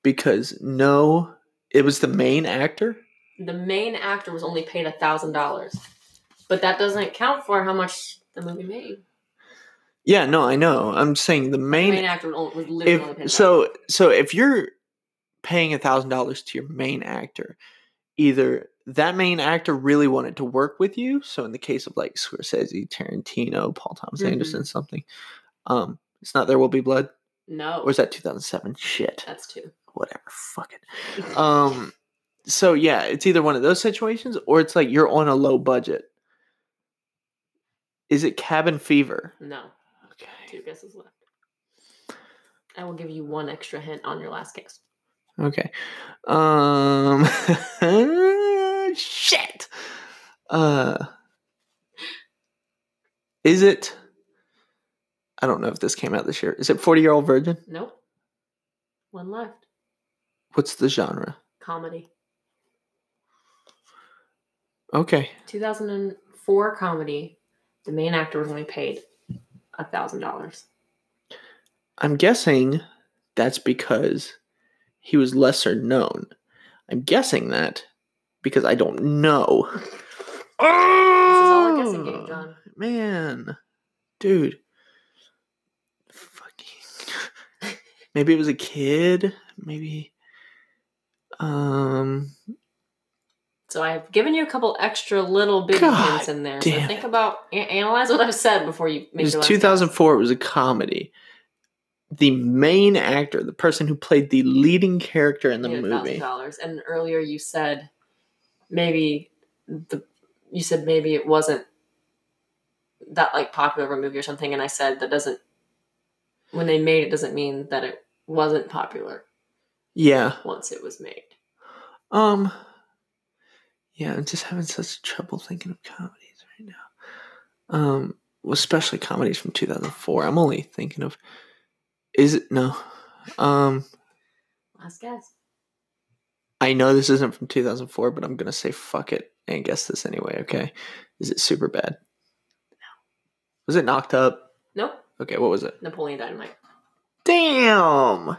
Because no, it was the main actor. The main actor was only paid $1,000. But that doesn't count for how much the movie made. Yeah, no, I know. I'm saying the The main main actor was only- was literally only paid if so so if you're paying a thousand dollars to your main actor either that main actor really wanted to work with you so in the case of like scorsese tarantino paul thomas Mhm. anderson something um it's not there will be blood No. or is that 2007 shit That's two. whatever fuck it um so yeah it's either one of those situations or it's like you're on a low budget is it cabin fever No. okay Two guesses left. I will give you one extra hint on your last guess. Okay. Um shit. Uh Is it I don't know if this came out this year. Is it 40 Year Old Virgin? Nope. One left. What's the genre? Comedy. Okay. 2004 comedy. The main actor was only paid $1,000. I'm guessing that's because he was lesser known. I'm guessing that because I don't know. This is all a guessing game, Oh, John. Man. Dude. Fucking. Maybe it was a kid. Maybe. Um. So I've given you a couple extra little bit of God hints in there. So damn think it. about a- analyze what I've said before you It make was your last 2004. It was a comedy. The main actor, the person who played the leading character in the guess. You know, movie. $1,000. And earlier you said maybe the you said maybe it wasn't that like popular of a movie or something, and I said that doesn't when they made it doesn't mean that it wasn't popular Yeah. once it was made. Um. Yeah, I'm just having such trouble thinking of comedies right now. Um, well, especially comedies from 2004. I'm only thinking of. Is it no? Um, Last guess. I know this isn't from 2004, but I'm gonna say fuck it and guess this anyway. Okay, is it super bad? No. Was it knocked up? Nope. Okay, what was it? Napoleon Dynamite. Damn.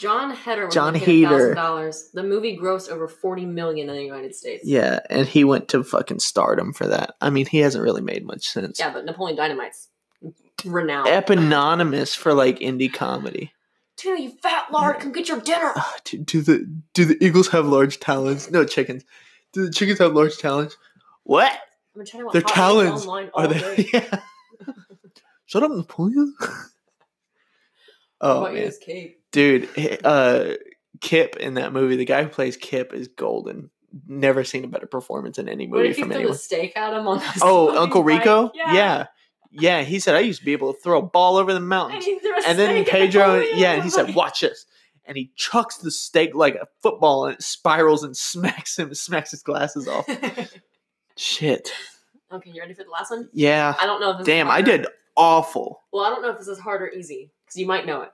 John Heder was John Heder. thousand dollars. The movie grossed over forty million in the United States. Yeah, and he went to fucking stardom for that. I mean, he hasn't really made much sense. Yeah, but Napoleon Dynamite's renowned. Eponymous for like indie comedy. Tuna, you fat lard, come get your dinner. Ah, do, do the do the eagles have large talons? No chickens. Do the chickens have large talons? What I've been trying to Their watch Hot talons Wheels online all are they? day. Yeah. Shut up, Napoleon. oh What man, is cake? dude, h- uh, Kip in that movie, the guy who plays Kip is golden. Never seen a better performance in any What movie did you from throw the anyone. steak at him on the Oh, fucking Uncle bike? Rico. Yeah. yeah, yeah. He said I used to be able to throw a ball over the mountains And, he threw a and then steak at Pedro, Napoleon yeah, and he said, Dynamite. "Watch this," and he chucks the steak like a football, and it spirals and smacks him, smacks his glasses off. Shit. okay, you ready for the last one? Yeah. I don't know if this Damn, is I hard or- did awful. Well, I don't know if this is hard or easy, because you might know it.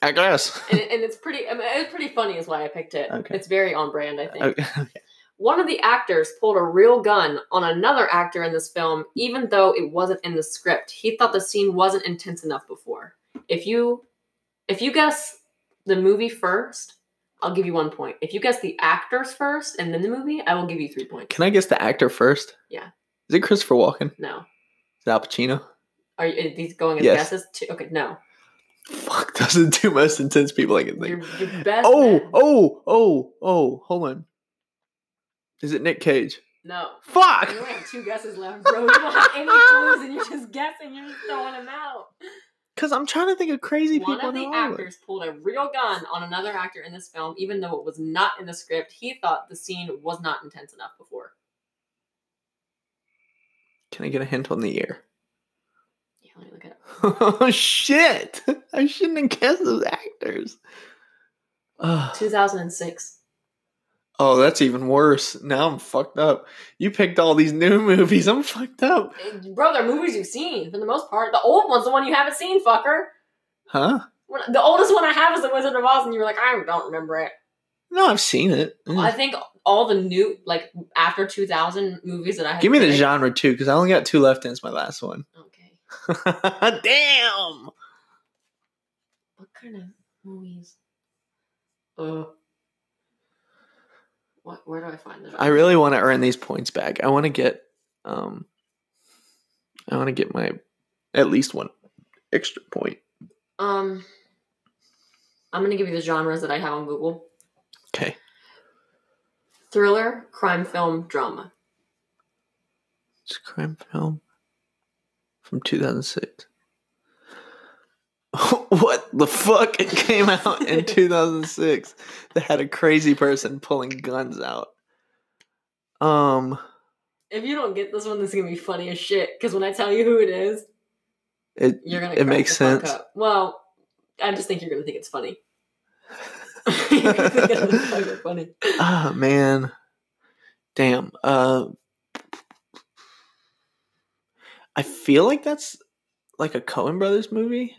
I guess. And, it- and it's pretty I mean, it's pretty funny is why I picked it. Okay. It's very on brand, I think. Okay. One of the actors pulled a real gun on another actor in this film, even though it wasn't in the script. He thought the scene wasn't intense enough before. If you if you guess the movie first, I'll give you one point. If you guess the actors first and then the movie, I will give you three points. Can I guess the actor first? Yeah. Is it Christopher Walken? No. Is it Al Pacino? Are, you, are these going as Yes. guesses? Two? Okay, no. Fuck, those are the two most intense people I can Your, think. your best. Oh, man. oh, oh, oh! Hold on. Is it Nick Cage? No. Fuck! You only have two guesses left, bro. You don't have any clues and you're just guessing. You're just throwing them out. Because I'm trying to think of crazy One people of in the Hollywood. actors pulled a real gun on another actor in this film, even though it was not in the script. He thought the scene was not intense enough before. Can I get a hint on the year? Yeah, let me look it up. Oh shit! I shouldn't have guessed those actors. Ugh. 2006. Oh, that's even worse. Now I'm fucked up. You picked all these new movies. I'm fucked up. Bro, they're movies you've seen for the most part. The old one's the one you haven't seen, fucker. Huh? When, the oldest one I have is The Wizard of Oz, and you were like, I don't remember it. No, I've seen it. Mm. I think all the new, like, after 2000 movies that I had. Give me the picked- genre too, because I only got two left and it's my last one. Okay. Damn. What kind of movies? Uh, what, where do I find the I really want to earn these points back. I want to get um I want to get my at least one extra point. Um, I'm gonna give you the genres that I have on Google: Okay. thriller, crime film, drama. It's a crime film from 2006. what the fuck it came out in 2006 that had a crazy person pulling guns out. Um If you don't get this one, this is gonna be funny as shit. Because when I tell you who it is, it you're gonna. It crack makes the fuck sense. up. Well, I just think you're gonna think it's funny. You're gonna think it's fucking funny. Ah man. Damn. Uh I feel like that's like a Coen Brothers movie.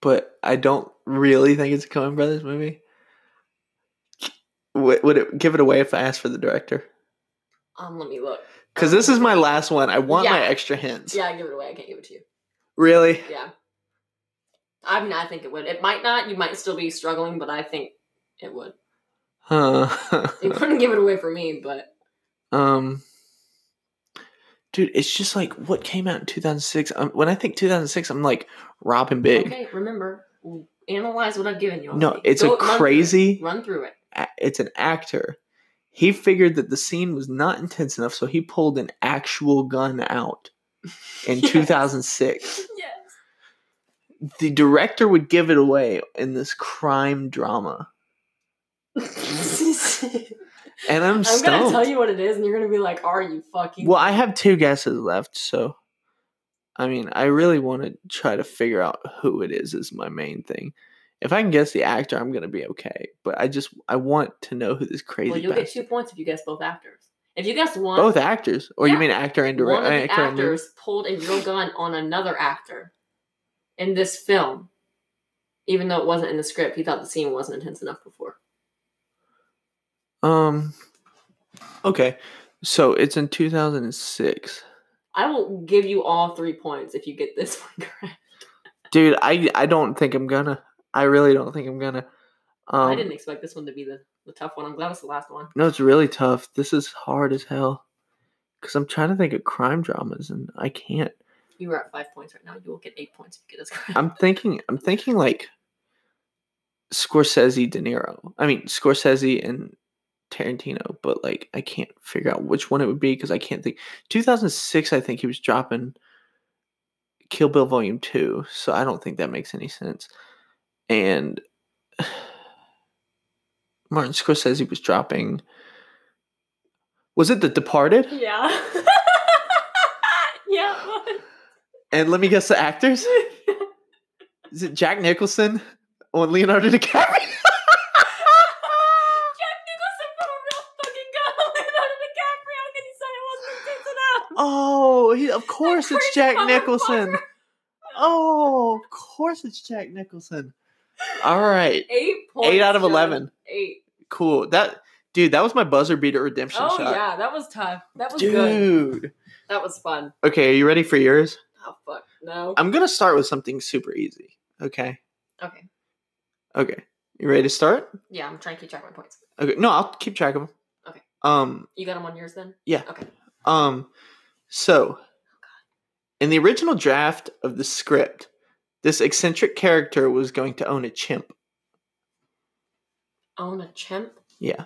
But I don't really think it's a Coen Brothers movie. Would would it give it away if I asked for the director? Um, let me look. Cuz this is my last one. I want my Yeah. extra hints. Yeah, I give it away. I can't give it to you. Really? Yeah. I mean, I think it would. It might not. You might still be struggling, but I think it would. Huh. You couldn't give it away for me, but Um, dude, it's just like what came out in 2006. Um, when I think 2006, I'm like Robin Big. okay. Remember, analyze what I've given you. No, already. it's Go- a run through it. crazy. Run through it. a- It's an actor. He figured that the scene was not intense enough, so he pulled an actual gun out in Yes. 2006. Yes. The director would give it away in this crime drama, I'm and I'm, gonna stumped. tell you what it is, and you're gonna be like, "Are you fucking?" Well, I have two guesses left, so I mean, I really want to try to figure out who it is is my main thing. If I can guess the actor, I'm gonna be okay. But I just I want to know who this crazy well, you'll get bastard. two points if you guess both actors. If you guess one, Both actors, or you Yeah. mean actor and one of director? the Actor and actors pulled a real gun on another actor in this film, even though it wasn't in the script. He thought the scene wasn't intense enough before. director. um, okay, so it's in 2006, I will give you all three points if you get this one correct. dude. I I don't think I'm gonna. I really don't think I'm gonna. Um, I didn't e- expect this one to be the, the tough one. I'm glad it's the last one. No, it's really tough. This is hard as hell. Cause I'm trying to think of crime dramas and I can't. You are at five points right now. You will get eight points if you get this correct. I'm thinking. I'm thinking like Scorsese, De Niro. I mean Scorsese and Tarantino, but like I can't figure out which one it would be because I can't think. 2006, I think he was dropping Kill Bill Volume Two, so I don't think that makes any sense. And Martin Scorsese was dropping. Was it The Departed? yeah. yeah. And let me guess the actors. Is it Jack Nicholson or Leonardo DiCaprio? Jack Nicholson put a real fucking gun on Leonardo DiCaprio because he said it wasn't intense enough. Oh, he, of course it's crazy Jack motherfucker. Nicholson. Oh, of course it's Jack Nicholson. All right. Eight points. Eight out of Dylan. 11. Eight. Cool. That dude, that was my buzzer beater redemption Oh shot. yeah, that was tough. That was good. Dude. That was fun. Okay, are you ready for yours? Oh fuck. No. I'm going to start with something super easy. Okay. okay. Okay. You ready to start? Yeah, I'm trying to keep track of my points. Okay. No, I'll keep track of them. Okay. Um You got them on yours then? Yeah. Okay. Um, Oh, so, in the original draft of the script, this eccentric character was going to own a chimp. Own a chimp. Yeah.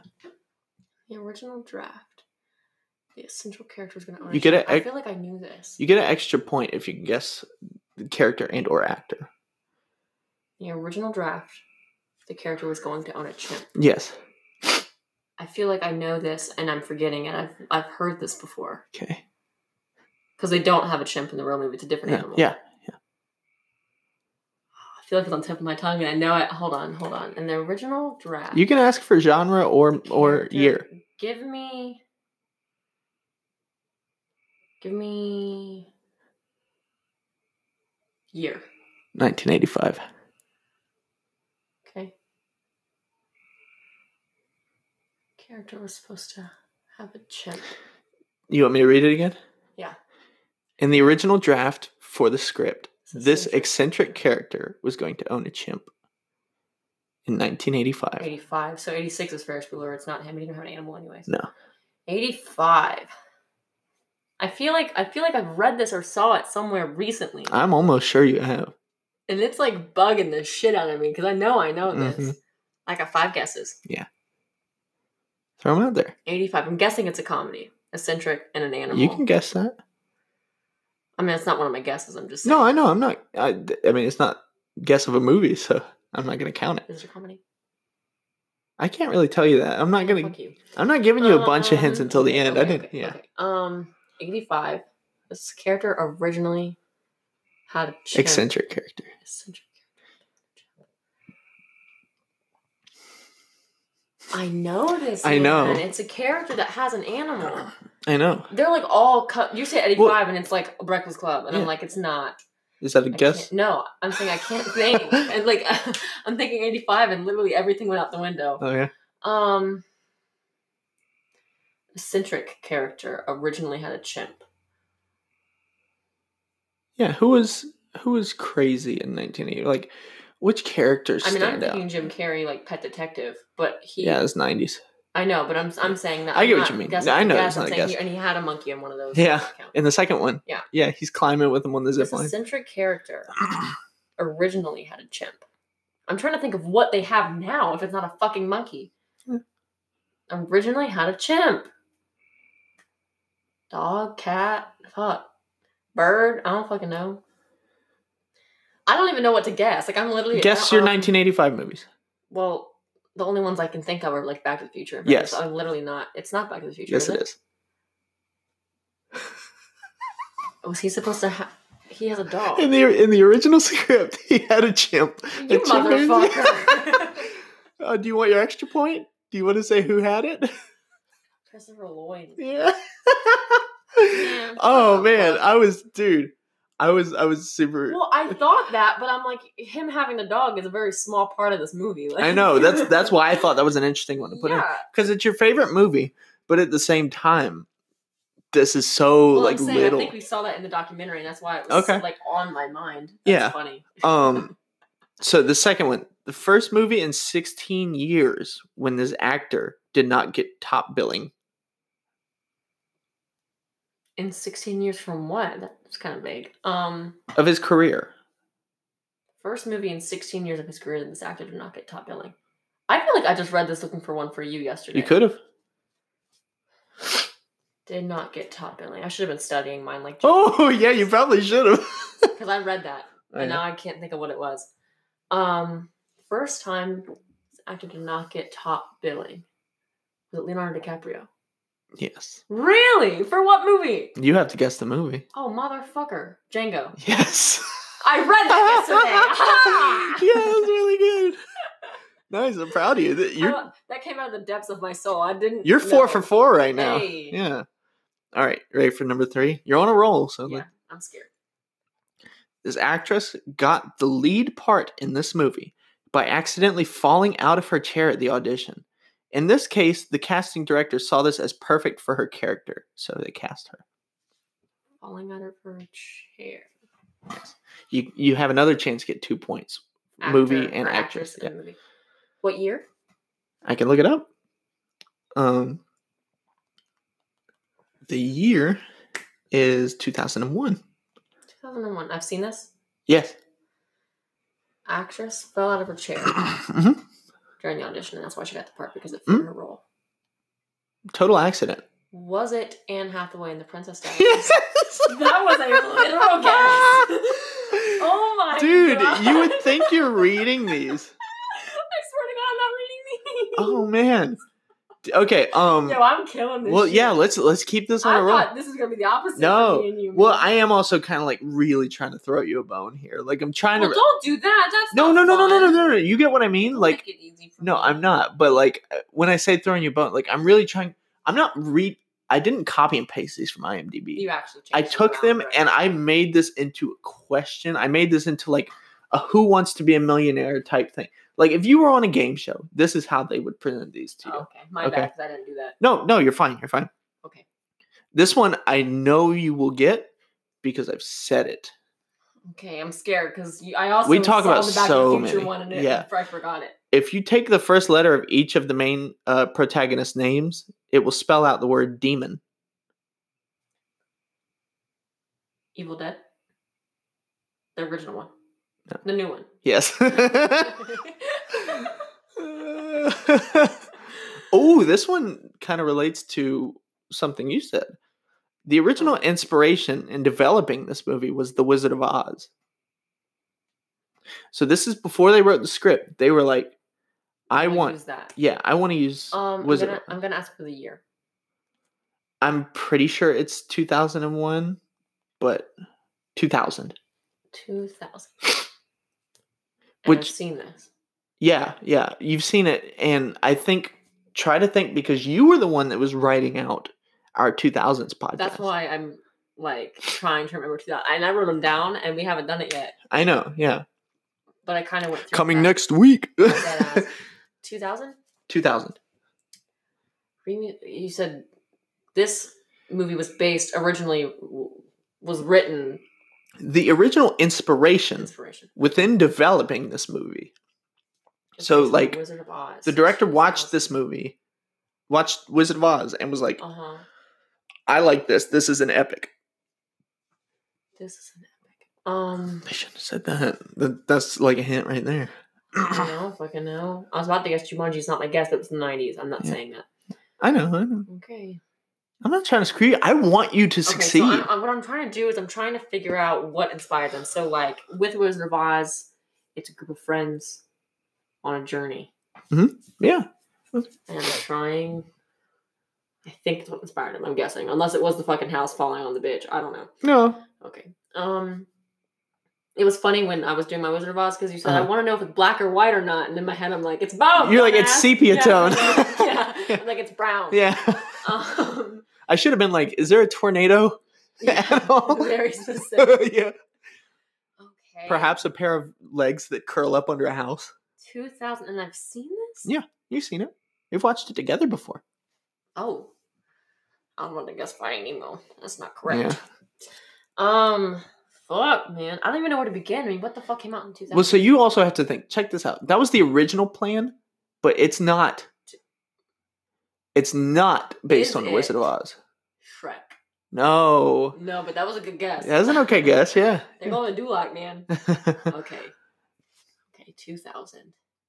The original draft. The essential character is gonna own. You a get chimp. it? I feel like I knew this. You get an extra point if you can guess the character and or actor. The original draft. The character was going to own a chimp. Yes. I feel like I know this and I'm forgetting it. I've I've heard this before. Okay. Because they don't have a chimp in the real movie. It's a different Yeah. animal. yeah. Oh, feel like it's on the tip of my tongue, and I know it. Hold on, hold on. In the original draft, You can ask for genre or or character- year. Give me. Give me. Year. 1985. Okay. Character was supposed to have a chip. You want me to read it again? Yeah. In the original draft for the script, this Eccentric. eccentric character was going to own a chimp. In 1985. 85. So 86 is Ferris Bueller. It's not him. He didn't have an animal, anyways. No. 85. I feel like I feel like I've read this or saw it somewhere recently, I'm almost sure you have. and it's like bugging the shit out of me because I know I know this. Mm-hmm. I got five guesses. Throw them out there. 85. I'm guessing it's a comedy, eccentric, and an animal. You can guess that. I mean, it's not one of my guesses. I'm just saying. No, I know. I'm not. I, I mean, it's not guess of a movie, so I'm not going to count it. Is it a comedy? I can't really tell you that. I'm not going Fuck to. you. I'm not giving you a bunch of hints Um, until the okay, end. I okay, didn't. okay, Yeah. okay. Um, 85. This character originally had a chimp. Eccentric character. Eccentric. I know this. I know. man. It's a character that has an animal. I know. They're like all cut. You say 85 Well- and it's like Breakfast Club. And Yeah. I'm like, it's not. Is that a I guess? can't- No, I'm saying I can't think. and like, I'm thinking 85 and literally everything went out the window. Oh yeah. Um, eccentric character originally had a chimp. Yeah. Who was who was crazy in 1980? Like, which characters I mean, I'm stand out? thinking Jim Carrey, like Pet Detective, but he. Yeah, it's 90s. I know, but I'm I'm saying that. I I'm get what not you mean. guessing- I know it's yes, I'm not a saying he- guess. and he had a monkey in one of those. Yeah. Does that count? In the second one. Yeah. Yeah, he's climbing with him on the zip This line. eccentric character originally had a chimp. I'm trying to think of what they have now if it's not a fucking monkey. Yeah. Originally had a chimp. Dog, cat, fuck. Bird, I don't fucking know. I don't even know what to guess. Like I'm literally Guess your um, 1985 movies. Well, the only ones I can think of are like Back to the Future. Right? Yes. So I'm literally not. It's not Back to the Future. Yes, is it is. Was Oh, he supposed to have? He has a dog. In the in the original script, he had a chimp. you a chimp named- motherfucker. Uh, do you want your extra point? Do you want to say who had it? Christopher Lloyd. yeah. Yeah. Oh man, I was dude. I was I was super. Well, I thought that, but I'm like, him having a dog is a very small part of this movie. Like, I know that's that's why I thought that was an interesting one to put in yeah. because it's your favorite movie, but at the same time, this is so Well, like I'm saying, I little. think we saw that in the documentary, and that's why it was Okay. like on my mind. That's Yeah. funny. Um, so the second one, the first movie in 16 years when this actor did not get top billing. In 16 years from what? That's kind of vague. Um, of his career. first movie in 16 years of his career that this actor did not get top billing. I feel like I just read this looking for one for you yesterday. You could have. Did not get top billing. I should have been studying mine like Oh yeah, you probably should have. because I read that. Oh, and now I can't think of what it was. Um, first time this actor did not get top billing. Was it Leonardo DiCaprio? Yes, Really? For what movie? you have to guess the movie. Oh motherfucker, Django. Yes. I read yeah, that that's yesterday. really good. Nice, I'm proud of you. That- You're Uh, that came out of the depths of my soul. I didn't. you're four know. for four right now. Hey. Yeah. All right, ready for number three? You're on a roll. So Yeah, like, I'm scared. this actress got the lead part in this movie by accidentally falling out of her chair at the audition. In this case, the casting director saw this as perfect for her character, so they cast her. Falling out of her chair. You you have another chance to get two points. Movie Actor and or actress, in the movie. What year? I can look it up. Um, the year is 2001. 2001. I've seen this. Yes. Actress fell out of her chair Mhm. during the audition, and that's why she got the part because it fit Mm. her role. Total accident. Was it Anne Hathaway in The Princess Diaries? Yes. That was a literal guess. Oh my Dude, god. you would think you're reading these. I swear to god, I'm not reading these. Oh man. Okay. Um. Yo, I'm killing this. Well, shit. yeah. Let's let's keep this on I a roll. thought this is gonna be the opposite. No. For me and you, Well, man. I am also kind of like really trying to throw you a bone here. Like I'm trying Well, to. don't do that. That's No, no, not no, no, no, no, fun. no, no. You get what I mean? Don't Like make it easy for No, me. I'm not. But like uh, when I say throwing you a bone, like I'm really trying. I'm not read. I didn't copy and paste these from IMDb. You actually. I changed it took around, them right? and I made this into a question. I made this into like a Who Wants to Be a Millionaire type thing. Like if you were on a game show, this is how they would present these to you. Oh, okay, my Okay. bad. 'cause I didn't do that. No, no, you're fine. You're fine. Okay. This one I know you will get because I've said it. Okay, I'm scared because I also We talk saw about the Back so to the Future many. one and it, Yeah. I forgot it. If you take the first letter of each of the main uh, protagonist names, it will spell out the word demon. Evil Dead, the original one, No. the new one. Yes. oh, this one kind of relates to something you said. The Oh. original inspiration in developing this movie was The Wizard of Oz. So this is before they wrote the script. They were like, I I'm gonna want use that. yeah, I want to use Um, I'm Wizard. gonna, of Oz. I'm gonna ask for the year. I'm pretty sure it's 2001, but 2000. 2000. Which, I've Which- seen this. Yeah, yeah, you've seen it, and I think try to think because you were the one that was writing out our 2000s podcast. That's why I'm like trying to remember 2000. And I wrote them down and we haven't done it yet, I know. Yeah, but I kind of went through coming that. next week. Dead ass. 2000? 2000. Remu- You said this movie was based originally, w- was written The original inspiration inspiration. within developing this movie. It's So, based on The like, Wizard of Oz. The director watched this movie, watched Wizard of Oz, and was like, Uh huh. "I like this. This is an epic." This is an epic. Um, They shouldn't have said that. That- That's like a hint right there. I don't know, fucking know. I was about to guess Jumanji's not my guess. It was the 90s. I'm not Yeah. saying that. I know. I know. Okay. I'm not trying to screw you. I want you to Okay, succeed. so I'm, I'm- what I'm trying to do is I'm trying to figure out what inspired them. So, like with Wizard of Oz, it's a group of friends on a journey, yeah. and I'm trying. I think it's what inspired them. I'm guessing, unless it was the fucking house falling on the bitch. I don't know. No. Okay. Um, it was funny when I was doing my Wizard of Oz because you said I Uh-huh. want to know if it's black or white or not, and in my head I'm like, it's both. You're like, it's dumbass." sepia Yeah, tone. yeah, Yeah. I'm like it's brown. Yeah. Um, I should have been like, is there a tornado? At all? very specific. yeah. Okay. Perhaps a pair of legs that curl up under a house. 2000 and I've seen this? Yeah. You've seen it. We've watched it together before. Oh. I want to guess Finding Nemo. That's not correct. Um fuck man. I don't even know where to begin. I mean what the fuck came out in 2000? Well, so you also have to think. Check this out. That was the original plan, but it's not. It's not based Is on The Wizard of it? Oz. Shrek. No. No, but that was a good guess. That's an okay guess. Yeah. They're going to Duloc, man. Okay. okay, 2000.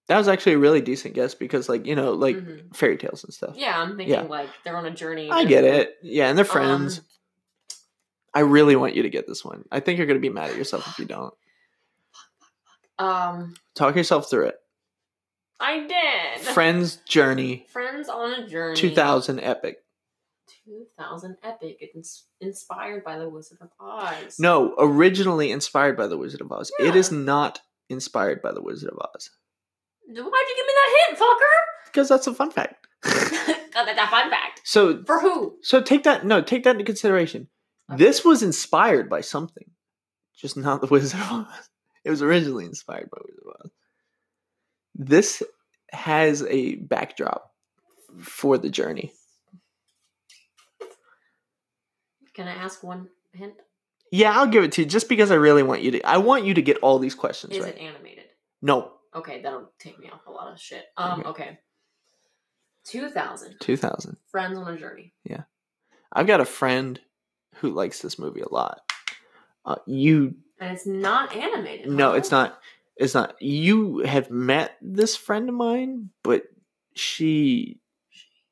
that was actually a really decent guess because, like, you know, like Mhm. fairy tales and stuff. Yeah, I'm thinking yeah. like they're on a journey. I and get they're- it. Yeah, and they're friends. I really want you to get this one. I think you're going to be mad at yourself if you don't. Um Talk yourself through it. I did. Friends Journey Friends on a journey. 2000 epic. 2000 epic. It's inspired by the Wizard of Oz. No, originally inspired by The Wizard of Oz. It is Yeah. not inspired by The Wizard of Oz. Why'd you give me that hint, fucker? Because that's a fun fact. God, that's a fun fact. So For who? so take that no, take that into consideration. This was inspired by something. Just not The Wizard of Oz. It was originally inspired by Wizard of Oz. This has a backdrop for the journey. Can I ask one hint? Yeah, I'll give it to you just because I really want you to. I want you to get all these questions Is right. it animated? No, Okay, that'll take me off a lot of shit. Um, Okay. okay. 2000. 2000. Friends on a Journey. I've got a friend who likes this movie a lot. Uh, you And it's not animated. no, huh? it's not. It's not. You have met this friend of mine, but she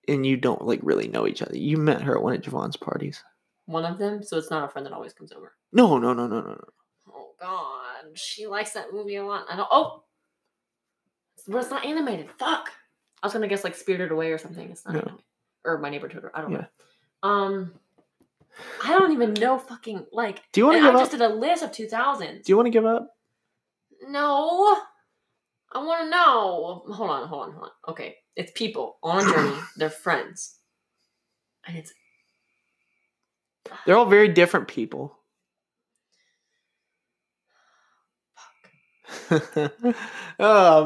and you don't like really know each other. You met her at one of Javon's parties. One of them, so it's not a friend that always comes over. No, no, no, no, no, no. Oh, God. She likes that movie a lot. I don't. Oh! But it's not animated. Fuck! I was gonna guess like Spirited Away or something. It's not. No. Anime. Or My Neighbor Totoro. I don't Yeah. know. Um, I don't even know fucking like. Do you want to and I give just up? did a list of two thousands. Do you want to give up? No, I want to know. Hold on, hold on, hold on. Okay, it's people on a journey. They're friends, and it's They're all very different people. oh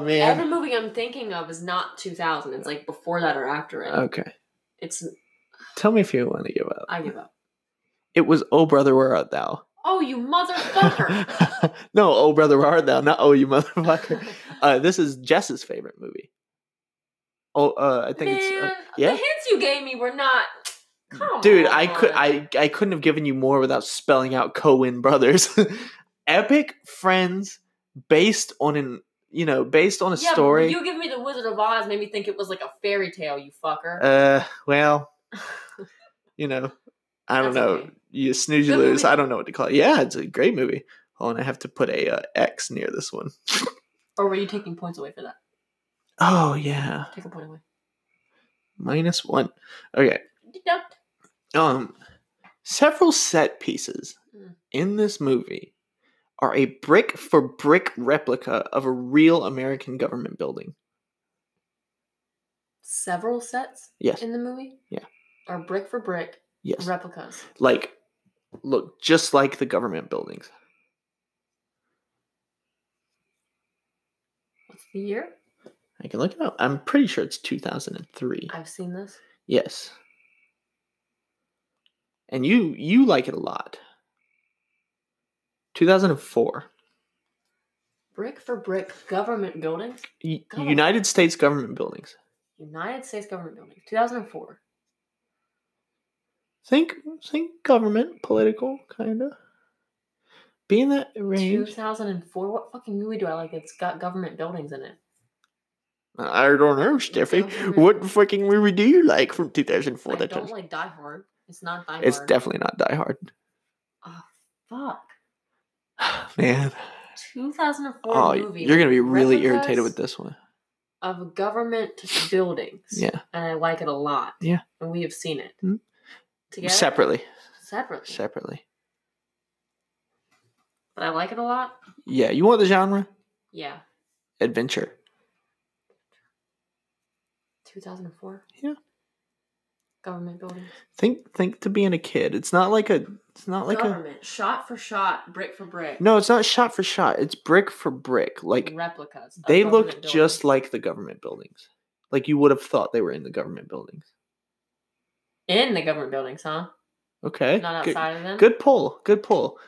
every man. movie I'm thinking of is not two thousand. It's like before that or after it. Okay. It's Tell me if you want to give up. I give up. It was Oh Brother Where Art Thou? Oh, you motherfucker! no, Oh Brother Where Art Thou, not Oh You Motherfucker. Uh, this is Jess's favorite movie. Oh, uh, I think Man, it's. uh, the yeah? hints you gave me were not. Come dude, I could on. I I couldn't have given you more without spelling out Cohen Brothers. Epic friends based on an you know based on a yeah, but story. You giving me the Wizard of Oz made me think it was like a fairy tale. You fucker. Uh, well, you know, I don't That's know. okay. You snooze, you Good lose. movie. I don't know what to call it. Yeah, it's a great movie. Hold on, I have to put a uh, X near this one. or were you taking points away for that? Oh yeah, Take a point away. minus one. Okay. Deduct. Um, several set pieces Mm. in this movie are a brick for brick replica of a real American government building. Several sets Yes. in the movie. Yeah. Are brick for brick Yes. replicas. like look just like the government buildings. What's the year? I can look it up. I'm pretty sure it's 2003. I've seen this. Yes. And you you like it a lot. 2004. Brick for brick government buildings. U- Go. United States government buildings. United States government buildings. 2004. Think think government, political kind of. Be in that range. 2004. What fucking movie do I like that's got government buildings in it? I don't know, Steffi. Government. What fucking movie do you like from 2004? I That don't does- like Die Hard. It's not Die it's Hard. definitely not Die Hard. Fuck. Man. 2004 Oh, movie. you're going to be really replicas irritated with this one. Of government buildings. Yeah. And I like it a lot. Yeah. And we have seen it. Mhm. Together? Separately. Separately. Separately. but I like it a lot. Yeah, you want the genre? Yeah. Adventure. 2004? Yeah. Government buildings. Think think to being a kid. It's not like a it's not like government. shot for shot, brick for brick. a No, it's not shot for shot. It's brick for brick. Like Replicas. of they government look buildings. just like the government buildings. Like you would have thought they were in the government buildings. in the government buildings, huh? Okay. Not good, outside of them. good pull. Good pull.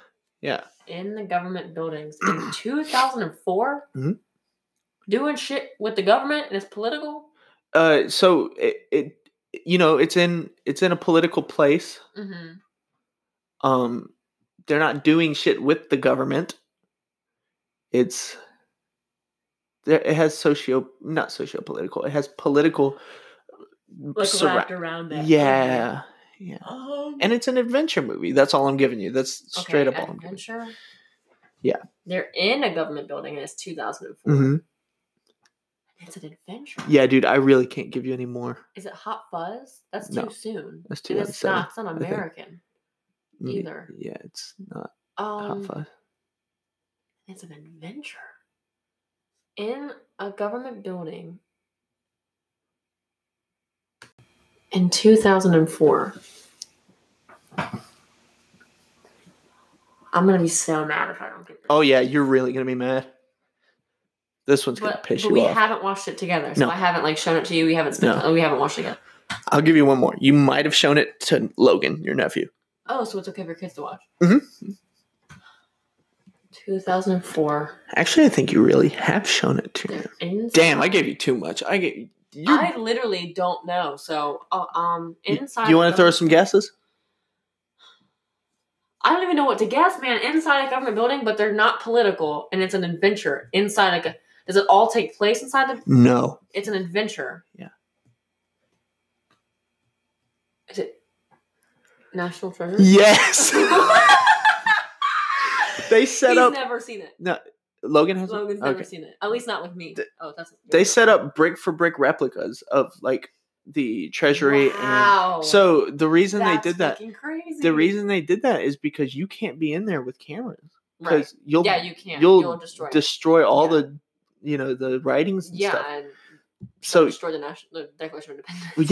Yeah. in the government buildings in 2004 Mhm. doing shit with the government and it's political Uh so it, it you know, it's in it's in a political place. mm-hmm. um they're not doing shit with the government it's there it has socio not socio political it has political like surra- wrapped around that Okay. yeah yeah um, and it's an adventure movie that's all i'm giving you that's straight up all i'm giving adventure Yeah. they're in a government building and it's 2004 you. Mhm. it's an adventure yeah dude i really can't give you any more is it hot fuzz that's too No. soon that's And it's 2007 not, it's not think. american Mm, either. yeah it's not um hot fuzz it's an adventure in a government building in 2004 i'm gonna be so mad if i don't get this oh yeah you're really gonna be mad this one's gonna but, piss but you we off haven't watched it together so No. i haven't like shown it to you we haven't spent we haven't watched it yet i'll give you one more you might have shown it to logan your nephew oh so it's okay for kids to watch Mhm. 2004 Actually, I think you really have shown it to me. They're inside. Damn, I gave you too much. I gave you. I literally don't know. So, uh, um, you- inside. you want to the- throw some guesses? I don't even know what to guess, man. Inside a government building, but they're not political, and it's an adventure inside. Like, a, does it all take place inside the? No. It's an adventure. Yeah. Is it National Treasure? Yes. He's they set up. never seen it. Logan has Logan's okay. never seen it. At least not with me. Th- oh, that's They set up brick for brick replicas of like the treasury Wow. and so the reason That's they did that fucking Crazy. the reason they did that is because you can't be in there with cameras Right. because you'll yeah, you can't. you'll You'll, destroy. it. destroy all Yeah. the you know the writings and yeah, stuff and so destroy the national the Declaration of Independence.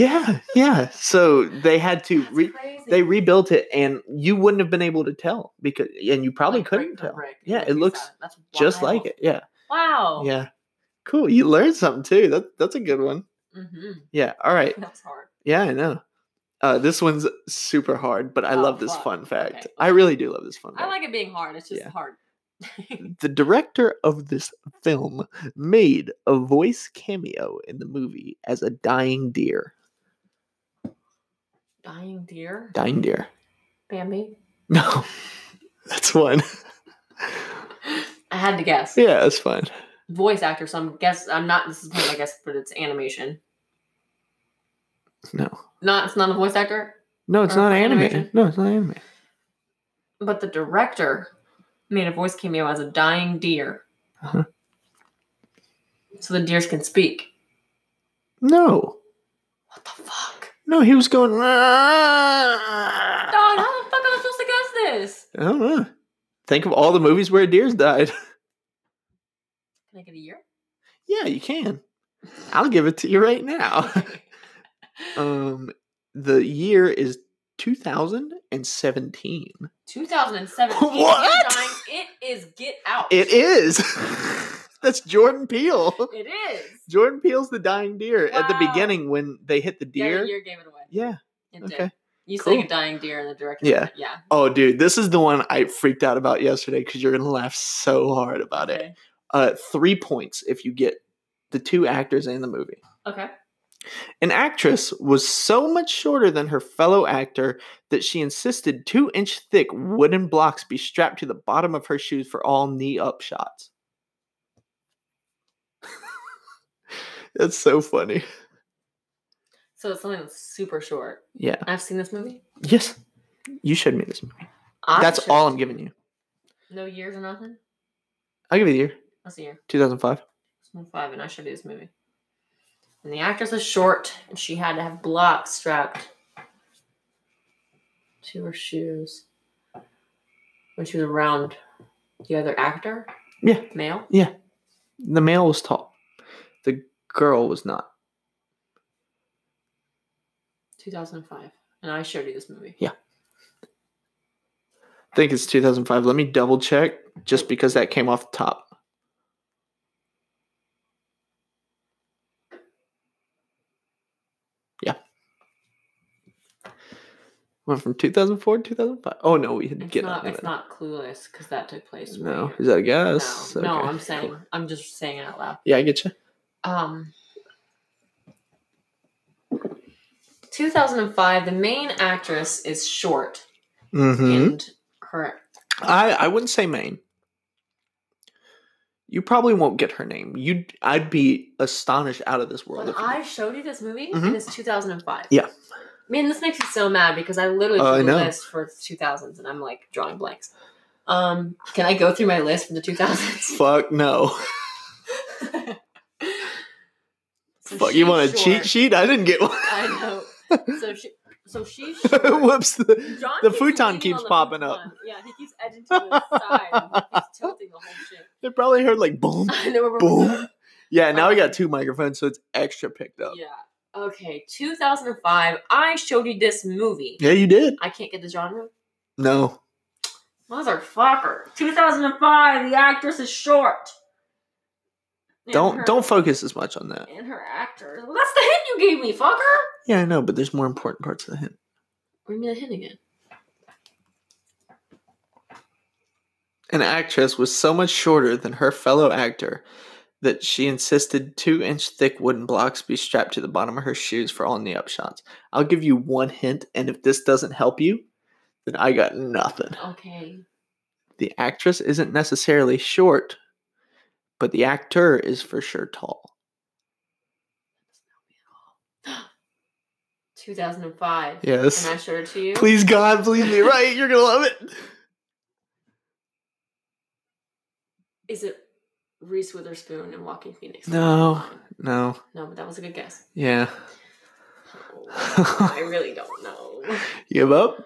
yeah yeah so they had to That's re- crazy. they rebuilt it and you wouldn't have been able to tell because and you probably Like, brick couldn't for tell brick, Yeah, like it you looks said. That's just wild. like it yeah Wow. yeah cool you learned something too that, that's a good one hmm yeah all right That's hard. yeah i know uh, this one's super hard but i Oh, love this fuck. fun fact Okay. i really do love this fun fact I like it being hard. It's just Yeah. hard. the director of this film made a voice cameo in the movie as a dying deer Dying deer. dying deer Bambi. no that's one I had to guess. yeah that's fun Voice actor. So I'm guess I'm not. This is I guess, but it's animation. no Not. It's not a voice actor, no it's Or not for animated animation. no it's not animated but the director made a voice cameo as a dying deer. Uh-huh. So the deers can speak. no What the fuck? no he was going Dog, how the fuck am I supposed to guess this? I don't know. Think of all the movies where deers died. Can I get a year? yeah, you can. I'll give it to you right now. um, the year is 2017. 2017. What? you're dying. It is Get Out. It is. That's Jordan Peele. It is. Jordan Peele's the dying deer at the Wow. beginning when they hit the Yeah, deer. the deer gave it away. Yeah. It Okay. did. You Cool. say a dying deer in the director. Yeah. Yeah. Oh, dude, this is the one I freaked out about yesterday because you're gonna laugh so hard about it. Okay. Uh, three points if you get the two actors in the movie. Okay. An actress was so much shorter than her fellow actor that she insisted two inch thick wooden blocks be strapped to the bottom of her shoes for all knee up shots. That's so funny. So it's something that's super short. Yeah. I've seen this movie. Yes. You showed me this movie. I That's should- all I'm giving you. No years or nothing. I'll give you the year That's a year. 2005. It's been five, and I showed you this movie. And the actress is short, and she had to have blocks strapped to her shoes when she was around the other actor. Yeah. Male. The male was tall, the girl was not. 2005. And I showed you this movie. I think it's 2005. Let me double check just because that came off the top. Yeah. Went from 2004 to 2005. Oh, no, we didn't It's get not. on It's that. not clueless because that took place. way No, years is that a ago. guess? No, no, Okay, I'm saying. cool. I'm just saying it out loud. Yeah, I get you. Um, 2005. The main actress is short, Mm-hmm. and her I, I wouldn't say Maine. You probably won't get her name. You'd I'd be astonished out of this world. When if you- I showed you this movie, Mhm. and it's 2005. Yeah. Man, this makes me so mad because I literally Oh, I took a know. list for 2000s and I'm like drawing blanks. Um, can I go through my list from the 2000s? Fuck no. So Fuck, you she's want a cheat short. sheet? I didn't get one. I know. So she, so she's short. Whoops. The, John the keeps futon leaning keeps on the popping up. futon. Yeah, he keeps edging to the side. and He's tilting the whole shit. they probably heard like boom, I know where we're boom. Yeah, now we got two microphones, so it's extra picked up. Uh-huh. Yeah. Okay, 2005. I showed you this movie. Yeah, you did. I can't get the genre. No. Motherfucker. 2005, the actress is short. And Don't her- don't focus as much on that. And her actor. Well, that's the hint you gave me, fucker. Yeah, I know, but there's more important parts of the hint. Bring me the hint again. An actress was so much shorter than her fellow actor that she insisted two inch thick wooden blocks be strapped to the bottom of her shoes for all knee up shots. I'll give you one hint, and if this doesn't help you, then I got nothing. Okay. the actress isn't necessarily short, but the actor is for sure tall. 2005. Yes. And I showed it to you. Please God, believe me right. You're gonna love it. Is it Reese Witherspoon and Walking Phoenix. No. No. No, but that was a good guess. Yeah. Oh, I really don't know. You give up?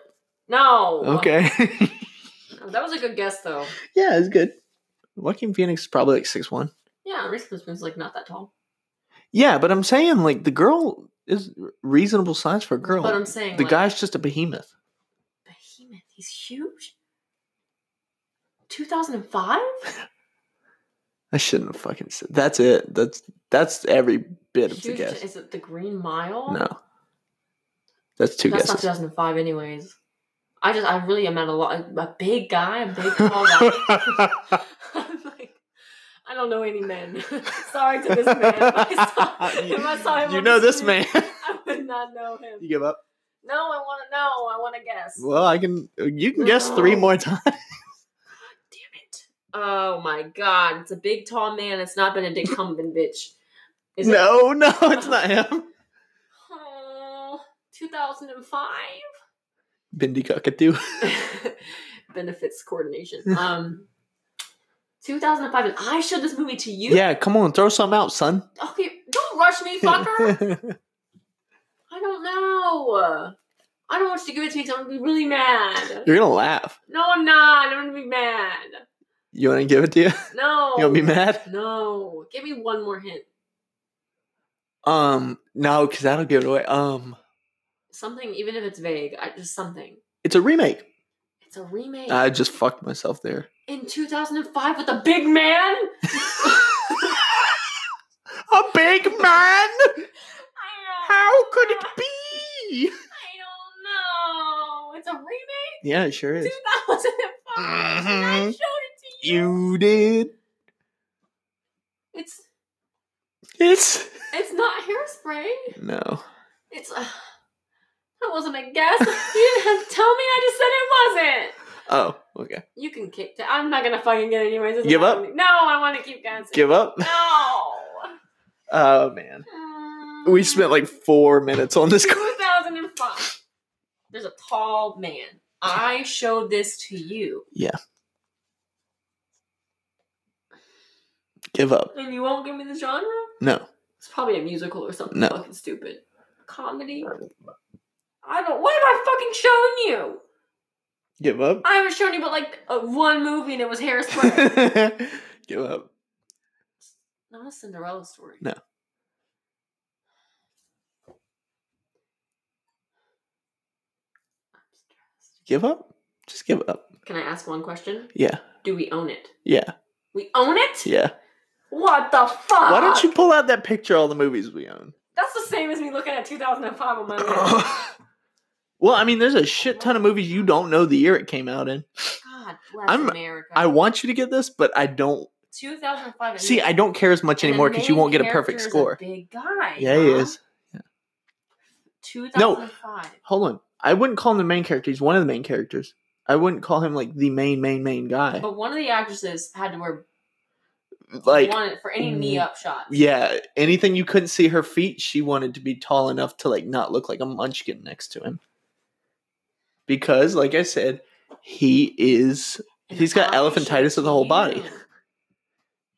No. Okay. No, That was a good guess, though. yeah, it's good. Joaquin Phoenix is probably like six one. Yeah, Reese Witherspoon's like not that tall. Yeah, but I'm saying like the girl is reasonable size for a girl. But I'm saying the like, guy's just a behemoth. behemoth. He's huge. 2005? I shouldn't have fucking said. That's it. That's that's every bit of the Huge- guess. Is it the Green Mile? No, that's two That's not guesses. 2005, anyways. I just, I really am at a lot. A big guy, a big tall guy. I'm like, I don't know any men. Sorry to this man. If I saw, You- if I saw him you on know the this street, man. I would not know you him. give up? No, I want to know. I want to guess. Well, I can. You can guess three No. more times. Damn it. Oh my god. It's a big tall man. It's not Benedict Cumberbatch. Is it? no, no, it's not him. Oh, 2005? Bindi Cockatoo. Benefits coordination. Um, 2005. And I showed this movie to you. Yeah, come on, throw some out, son. Okay, don't rush me, fucker. I don't know. I don't want you to give it to me. So I'm gonna be really mad. You're gonna laugh. No, I'm not. I'm gonna be mad. You want to give it to you? No. You gonna be Oh. mad? No. Give me one more hint. Um, no, because that'll give it away. Um, Something, even if it's vague. I, just something. it's a remake. It's a remake. I just fucked myself there. In 2005 with a big man? A big man. I How could it be? don't know. I don't know. It's a remake? Yeah, it sure is. 2005. And I Mhm. showed it to you. You did. It's It's it's not hairspray. no. It's. Uh, that wasn't a guess. you didn't have to tell me. I just said it wasn't. Oh, okay. You can kick that. I'm not going to fucking get it anyways. It's Give not- up? No, I want to keep guessing. Give up. No. Oh man, Mm. we spent like four minutes on Um, this. 2005. There's a tall man. I showed this to you, Give up. and you won't give me the genre. No. It's probably a musical or something No. fucking stupid. Comedy. I don't. What have I fucking shown you? Give up. I haven't shown you but like uh, one movie, and it was Hairspray. Give up. Not a Cinderella story. No. I'm stressed. Give up. Just give up. Can I ask one question? Yeah. Do we own it? Yeah. We own it? Yeah. What the fuck? Why don't you pull out that picture of all the movies we own? That's the same as me looking at 2005 on my list. well, I mean, there's a shit ton of movies you don't know the year it came out in. God bless I'm- America. I want you to get this, but I don't. 2005. See, I don't care as much and the anymore because you main won't get a character perfect is score. big guy. Yeah, he huh? is. 2005. Hold on. I wouldn't call him the main character. He's one of the main characters. I wouldn't call him like the main, main, main guy. But one of the actresses had to wear Like, mm, won it for any knee up shots. yeah, anything you couldn't see her feet, she wanted to be tall enough to like not look like a munchkin next to him. Because, like I said, he is. And He's got I elephantitis showed of the whole you- body.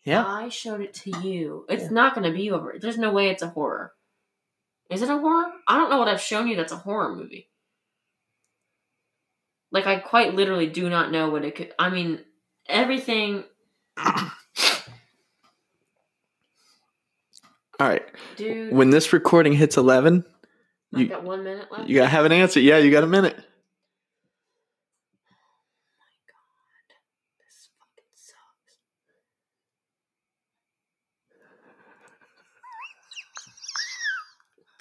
Yeah. I showed it to you. It's Yeah. not going to be over. There's no way it's a horror. Is it a horror? I don't know what I've shown you that's a horror movie. Like I quite literally do not know what it could. I mean, everything. All right. Dude, When this recording hits 11, I've you- got one minute left. you gotta have an answer. Yeah, you got a minute. This fucking sucks.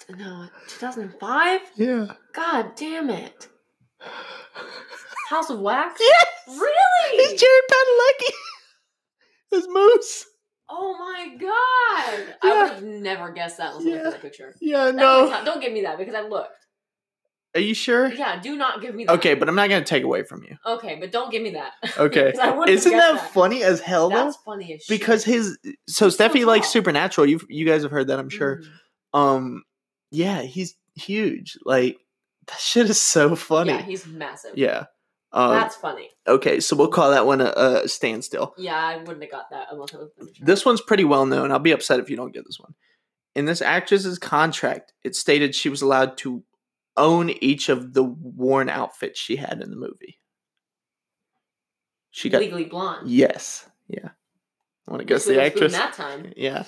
No, 2005? Yeah. God damn it. House of Wax? Yes! Really? It's Jared Padalecki. His moose. oh my god. I Yeah. would have never guessed that looking Yeah. at the picture. Yeah, That was no. not- don't give me that because I looked. Are you sure? Yeah, do not give me that. Okay, but I'm not gonna take away from you. Okay, but don't give me that. Okay. 'Cause I wouldn't have Isn't that, guessed funny as hell though? That's funny as shit. Because his so He's so Steffi likes tall. Supernatural. You you guys have heard that, I'm sure. Mm. Um, yeah, he's huge. Like that shit is so funny. Yeah, he's massive. Yeah. Um, That's funny. okay, so we'll call that one a, a standstill. Yeah, I wouldn't have got that unless I was. pretty sure. This one's pretty well known. I'll be upset if you don't get this one. In this actress's contract, it stated she was allowed to own each of the worn outfits she had in the movie. She got legally blonde. yes, yeah. I want to guess Guess who the was doing actress. That time. Yeah.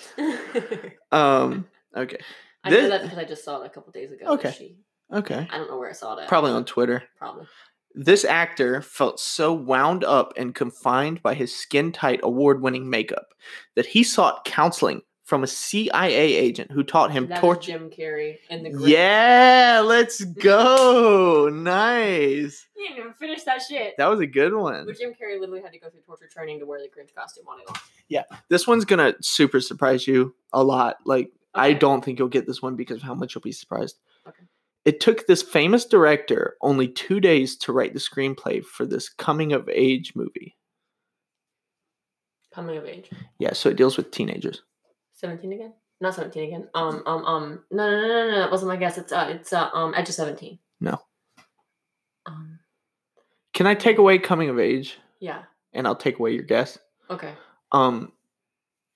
I Um. Okay. know This- that because I just saw it a couple days ago. Okay. She, Okay. I don't know where I saw it. At. Probably on Twitter. Probably. This actor felt so wound up and confined by his skin tight award winning makeup that he sought counseling from a CIA agent who taught him That is torture. Jim Carrey and the. Grinch. Yeah, let's go. nice. You didn't even finish that shit. That was a good one. But Jim Carrey literally had to go through torture training to wear the Grinch costume on it. This one's going to super surprise you a lot. Like, I don't think you'll get this one because of how much you'll be surprised. Okay. It took this famous director only two days to write the screenplay for this coming of age movie. coming of age. Yeah, so it deals with teenagers. Seventeen again? Not seventeen again. Um um um. No no no no no. That wasn't my guess. It's uh it's uh um Edge of Seventeen. No. Um. Can I take away coming of age Yeah. and I'll take away your guess? Okay. Um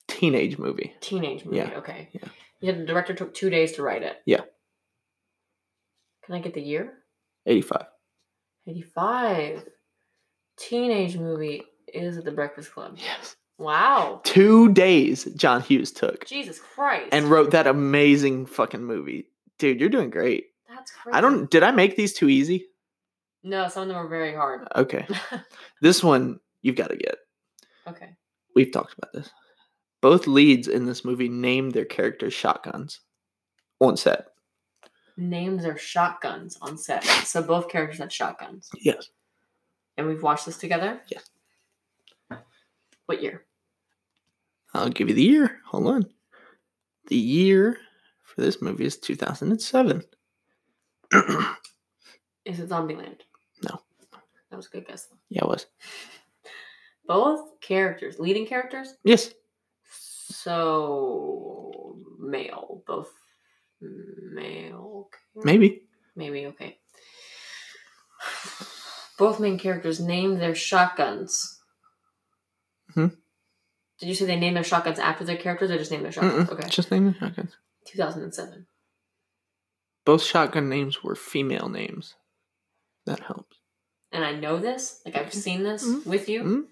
teenage movie. Teenage movie. Yeah, Okay. yeah. Yeah. The director took two days to write it. Yeah. Can I get the year? 85. Eighty-five. Teenage movie is it The Breakfast Club? Yes. Wow. 2 days John Hughes took Jesus Christ. and wrote that amazing fucking movie. Dude, you're doing great. That's crazy. I don't did I make these too easy? No, some of them are very hard. Okay. This one you've got to get. okay. We've talked about this. Both leads in this movie named their characters shotguns on set. names their shotguns on set. So both characters had shotguns. Yes. And we've watched this together? Yes. What year? I'll give you the year. Hold on. The year for this movie is 2007. yeah, Is it Zombieland? No. That was a good guess. though. it was. Both characters, leading characters? Yes. So male. Both male. characters? Maybe. Maybe, okay. Both main characters named their shotguns. Mhm. Did you say they named their shotguns after their characters or just named their shotguns? Mm-mm. Okay. Just name the shotguns. 2007. Both shotgun names were female names. That helps. And I know this. Like, I've seen this Mhm. with you. Mhm.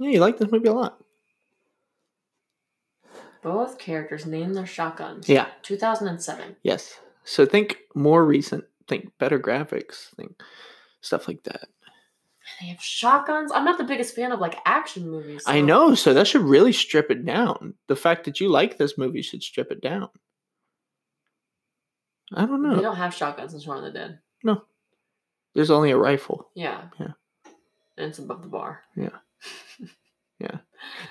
Yeah, you like this movie a lot. Both characters named their shotguns. Yeah. 2007. Yes. So think more recent. Think better graphics. Think stuff like that. They have shotguns. I'm not the biggest fan of, like, action movies. I so- know, so that should really strip it down. The fact that you like this movie should strip it down. I don't They know. don't have shotguns in Shaun of the Dead. There's only a rifle. Yeah. Yeah. And it's above the bar.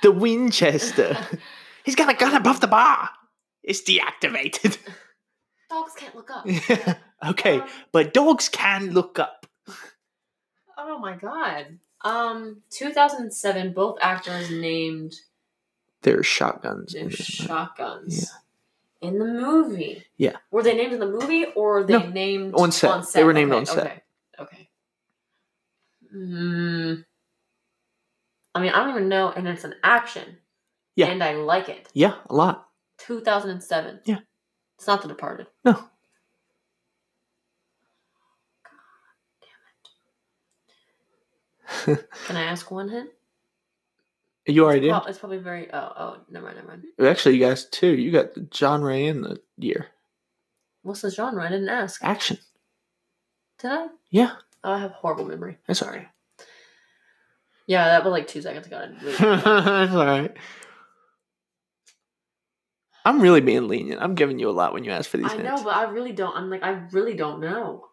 The Winchester. He's got a gun above the bar. It's deactivated. Dogs can't look up. okay, Um, but dogs can look up. Oh my god. Um, 2007, both actors named There's shotguns. in their this movie. shotguns in the movie. Yeah. Were they named in the movie or they No, named on set. They were named on set. Okay. Okay. Mm, I mean, I don't even know, and it's an action. Yeah. And I like it. yeah, a lot. 2007. Yeah. It's not The Departed. No. God damn it. Can I ask one hint? You already did. Well, it's probably very. Oh, oh, never mind, never mind. Actually, you guys too. You got the genre in the year. What's the genre? I didn't ask. Action. Did I? Yeah, Oh, I have horrible memory. that's all right. Yeah, that was like two seconds ago. I didn't really- That's all right. I'm really being lenient. I'm giving you a lot when you ask for these I hints. know, but I really don't. I'm like, I really don't know.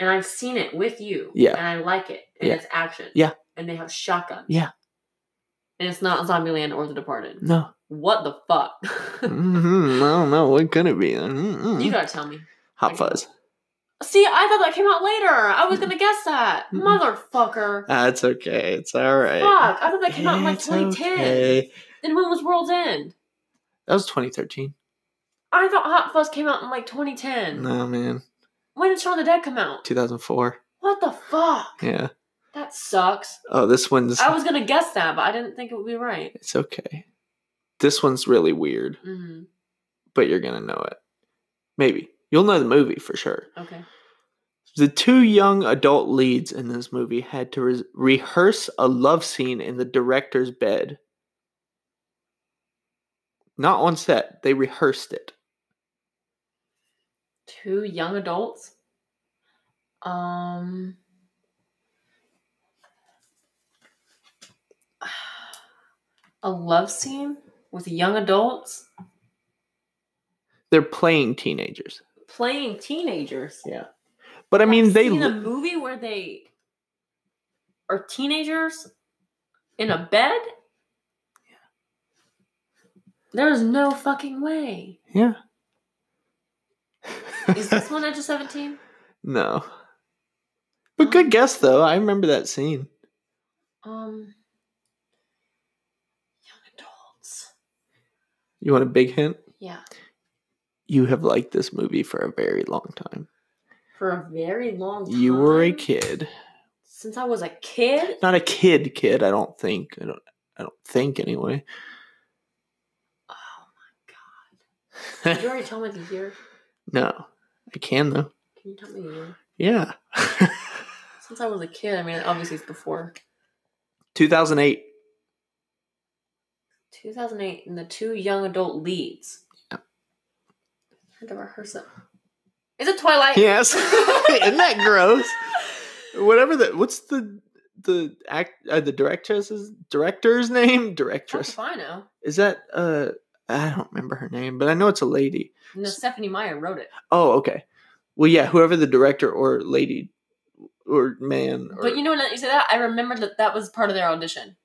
And I've seen it with you. Yeah. And I like it. And Yeah. it's action. Yeah. And they have shotguns. Yeah. And it's not Zombieland or The Departed. no. What the fuck? hmm I don't know. What could it be? Mhm. you gotta tell me. Hot fuzz. See, I thought that came out later. I was gonna guess that. Mm-mm. Motherfucker. That's okay. It's all right. Fuck. I thought that came out in like It's 2010. okay. Then when was World's End? That was 2013. I thought Hot Fuzz came out in like 2010. No, man. When did Shaun of the Dead come out? 2004. What the fuck? Yeah. That sucks. Oh, this one's I was gonna guess that, but I didn't think it would be right. it's okay. This one's really weird, hmm but you're gonna know it. Maybe. You'll know the movie for sure. Okay. The two young adult leads in this movie had to re- rehearse a love scene in the director's bed. Not on set, they rehearsed it. Two young adults. Um. A love scene with young adults They're playing teenagers. playing teenagers. But I mean, I've they seen a li- movie where they are teenagers in a bed. There is no fucking way. yeah. Is this one Edge of Seventeen? no. But good guess though. I remember that scene. Um, young adults. You want a big hint? Yeah, You have liked this movie for a very long time. for a very long time. You were a kid. since I was a kid. Not a kid kid, I don't think. I don't I don't think anyway. Oh, did you already tell me the year? No, I can though. Can you tell me the year? Yeah, Since I was a kid, I mean, obviously it's before 2008. 2008 and the two young adult leads. Yep. Had to rehearse it. Is it Twilight? Yes, isn't that gross? Whatever the what's the the act uh, the directress's director's name That's directress if I know. is that uh I don't remember her name, but I know it's a lady. No, Stephanie Meyer wrote it. Oh, okay. Well, yeah, whoever the director or lady or man or But you know, when you say that, I remember that that was part of their audition.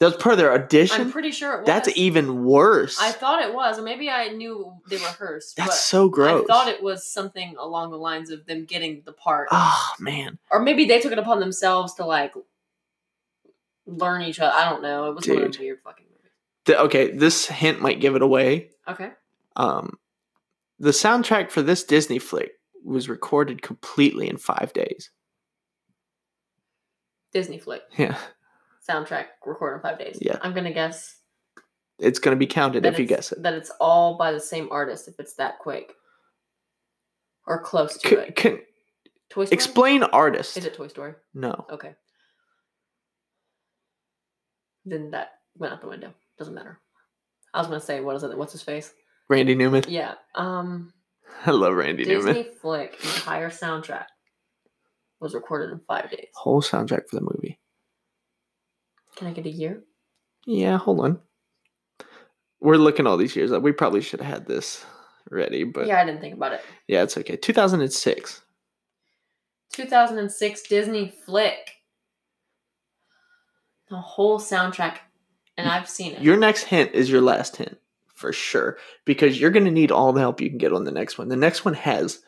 that's part of their audition. I'm pretty sure it was. That's e- even worse. I thought it was, or maybe I knew they rehearsed. that's but so gross. I thought it was something along the lines of them getting the part, oh man. or maybe they took it upon themselves to like learn each other. I don't know. It was one of those weird fucking movies. The, okay, this hint might give it away. Okay. Um, the soundtrack for this Disney flick was recorded completely in five days. Disney flick. Yeah, soundtrack record in five days. Yeah. I'm gonna guess it's going to be counted that if you it's- guess it. that it's all by the same artist if it's that quick. Or close to C- it. can Toy Story. explain artist. Is it Toy Story? no, Okay. Then that went out the window. Doesn't matter. I was gonna say what is it? What's his face? Randy Newman. Yeah. Um I love Randy Disney Newman. flick entire soundtrack was recorded in five days. Whole soundtrack for the movie. Can I get a year? Yeah, hold on. We're looking all these years up. We probably should have had this ready, but yeah, yeah, I didn't think about it. it's okay. 2006. 2006 Disney flick. The whole soundtrack, and I've seen it. Your next hint is your last hint for sure because you're going to need all the help you can get on the next one. The next one has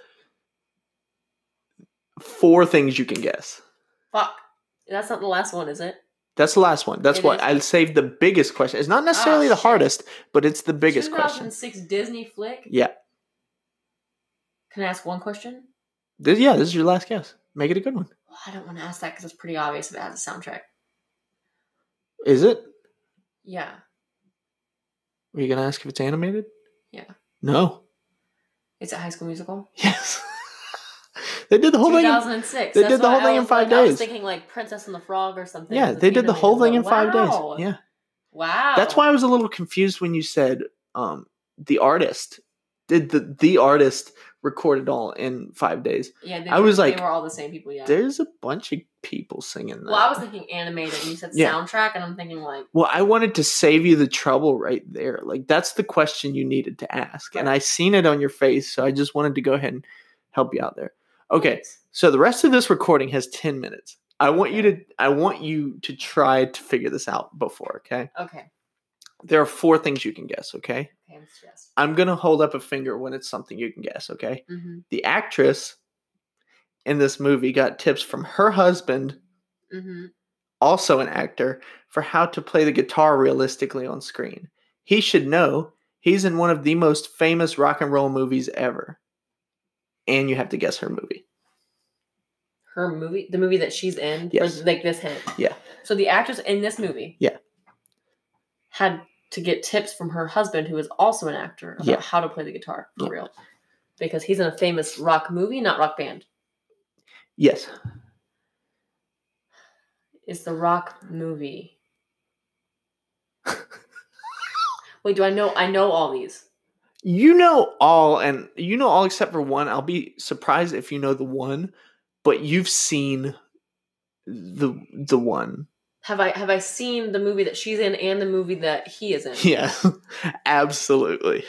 four things you can guess. Fuck. That's not the last one, is it? That's the last one. That's It why is. I saved the biggest question. It's not necessarily Ah, the shit. hardest, but it's the biggest question. 2006 Disney flick. Yeah. Can I ask one question? This, yeah, this is your last guess. Make it a good one. Well, I don't want to ask that because it's pretty obvious if it has a soundtrack. Is it? Yeah. Were you going to ask if it's animated? Yeah. No. Is it High School Musical? Yes. they did the whole thing. in- 2006. they That's did the why whole I thing in was five like- I was days. thinking like Princess and the Frog or something. Yeah, as a they did theme the of it. whole thing I in was five like, wow. days. Yeah. Wow. That's why I was a little confused when you said um, the artist did the the artist record it all in five days. Yeah. They I were- was like, they were all the same people. Yeah. There's a bunch of people singing that. Well, I was thinking animated, and you said Yeah. soundtrack, and I'm thinking like, Well, I wanted to save you the trouble right there. Like that's the question you needed to ask, and I seen it on your face, so I just wanted to go ahead and help you out there. Okay, so the rest of this recording has ten minutes. I want you to I want you to try to figure this out before. Okay, okay, there are four things you can guess. Okay, okay, I'm stressed. I'm gonna hold up a finger when it's something you can guess. Okay. Mm-hmm. the actress in this movie got tips from her husband, Mm-hmm. also an actor, for how to play the guitar realistically on screen. He should know he's in one of the most famous rock and roll movies ever. And you have to guess her movie. her movie, the movie that she's in, Yes. or like this hint. Yeah. So the actress in this movie, Yeah. had to get tips from her husband, who is also an actor, about Yeah. how to play the guitar for Yeah. real, because he's in a famous rock movie, not rock band. Yes. Is the rock movie? Wait, do I know? I know all these. You know all, and you know all except for one. I'll be surprised if you know the one, but you've seen the the one. Have I have I seen the movie that she's in and the movie that he is in? Yeah, absolutely.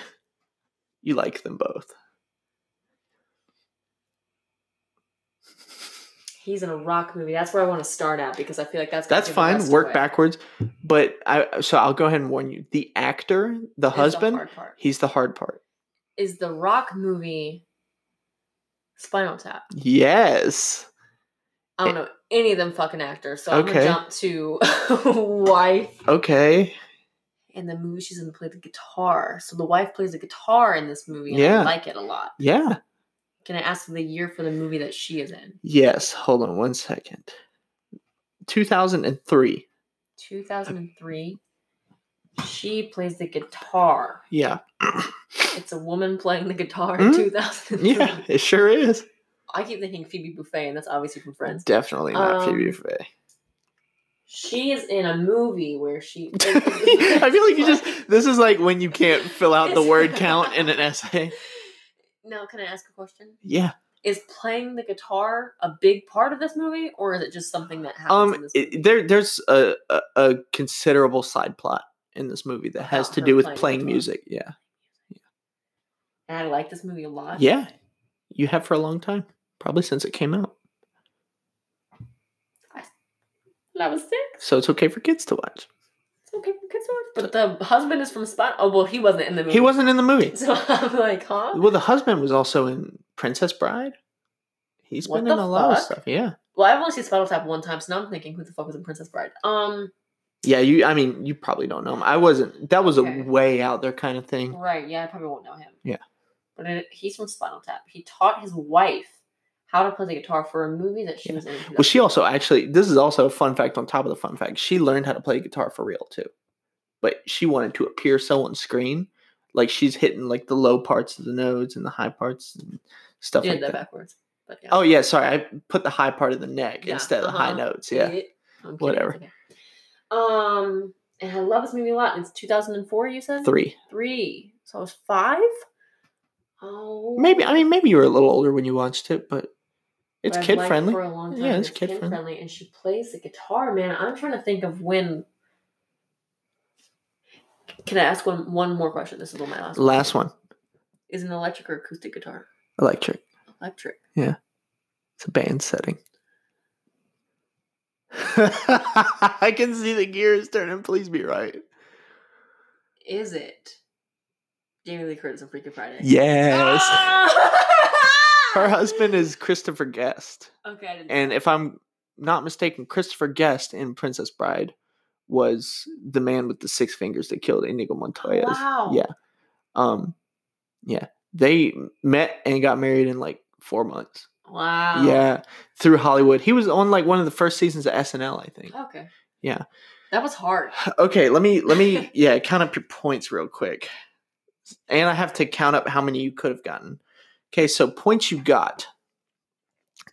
You like them both. He's in a rock movie. That's where I want to start at because I feel like that's gonna That's give the fine. rest Work away. backwards, but I. So I'll go ahead and warn you. The actor, the Is husband, hard part. he's the hard part. is the rock movie Spinal Tap. Yes. I don't know any of them fucking actors, so Eh. Okay. I'm gonna jump to wife. Okay. And the movie she's gonna play the guitar. So the wife plays the guitar in this movie. And Yeah. I like it a lot. Yeah. Can I ask the year for the movie that she is in? Yes, hold on one second. 2003. 2003. She plays the guitar. Yeah. It's a woman playing the guitar in Mm. 2003. Yeah, it sure is. I keep thinking Phoebe Buffet, and that's obviously from Friends. Definitely not Phoebe Um, Buffay. She is in a movie where she. I feel like you just this is like when you can't fill out the It's- word count in an essay. Now, can I ask a question? Yeah. Is playing the guitar a big part of this movie, or is it just something that happens in Um this movie? it, there there's a, a a considerable side plot in this movie that has About to her do with playing playing guitar. music. Yeah. and I like this movie a lot. Yeah. You have for a long time. Probably since it came out. When I was six, So it's okay for kids to watch. it's okay for kids to watch. But the husband is from Spot. Oh, well, he wasn't in the movie. He wasn't in the movie. So I'm like, huh? Well, the husband was also in Princess Bride. He's What been in the a lot of fuck? stuff. Yeah, Well, I've only seen Spinal Tap one time, so now I'm thinking, who the fuck was in Princess Bride? Um, yeah. You, I mean, you probably don't know him. I wasn't. That was Okay. a way out there kind of thing. right? Yeah, I probably won't know him. Yeah. But it, he's from Spinal Tap. He taught his wife how to play the guitar for a movie that she Yeah. was in. in Well, she also actually. This is also a fun fact on top of the fun fact. She learned how to play guitar for real too, but she wanted to appear so on screen, like she's hitting like the low parts of the notes and the high parts and stuff did like that that. backwards. But yeah. Oh yeah, sorry. I put the high part of the neck Yeah, instead of the high uh-huh. notes. Yeah. Idiot. I'm kidding, Whatever. it's okay. Um, and I love this movie a lot. It's 2004, you said? Three. Three. So I was five? Oh. Maybe I mean maybe you were a little older when you watched it, but But it's I've kid liked friendly. For a long time. Yeah, it's kid-friendly. And she plays the guitar, man. I'm trying to think of when. Can I ask one, one more question? This is one my last one. Last one, Is an electric or acoustic guitar? electric. Electric. It's a band setting. I can see the gears turning. Please be right. Is it Jamie Lee Curtis on Freaky Friday? Yes. Ah! Her husband is Christopher Guest, Okay, I didn't and if I'm not mistaken, Christopher Guest in Princess Bride was the man with the six fingers that killed Inigo Montoya. Wow. Yeah. Um. Yeah. They met and got married in like four months. Wow. Yeah, through Hollywood. He was on like one of the first seasons of SNL, I think. Okay. Yeah. That was hard. Okay, let me let me yeah, count up your points real quick. And I have to count up how many you could have gotten. Okay, so points you got.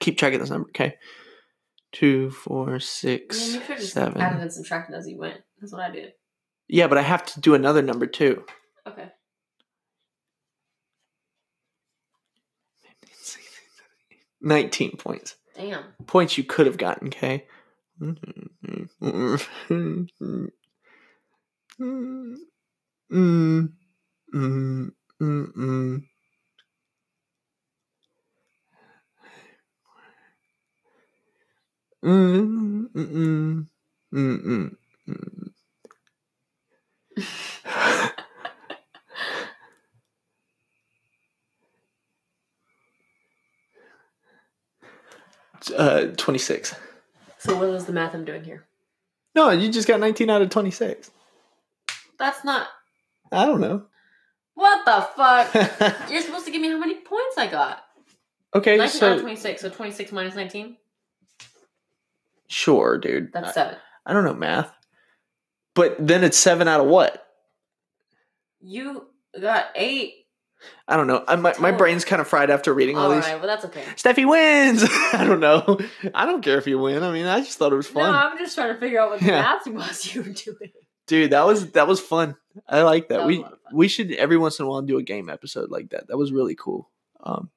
Keep track of this number, okay? Two, four, six, Man, you should have just added seven. and subtracted as you went. That's what I did. Yeah, but I have to do another number too. Okay. Nineteen points. Damn. points you could have gotten, okay? Uh, Uh, 26. So what is the math I'm doing here? No, you just got 19 out of 26. That's not. I don't know. What the fuck? You're supposed to give me how many points I got. okay, 19 out of so 26. So 26 minus 19? Sure, dude. That's I, seven. I don't know math. But then it's seven out of what? You got eight. I don't know. I, my, my Total. brain's kind of fried after reading all All these. right, well that's okay. Steffi wins. I don't know. I don't care if you win. I mean, I just thought it was fun, No, I'm just trying to figure out what the Yeah. math was you were doing. dude. That was that was fun. I like that. That was a we lot of fun. we should every once in a while do a game episode like that. That was really cool. Um,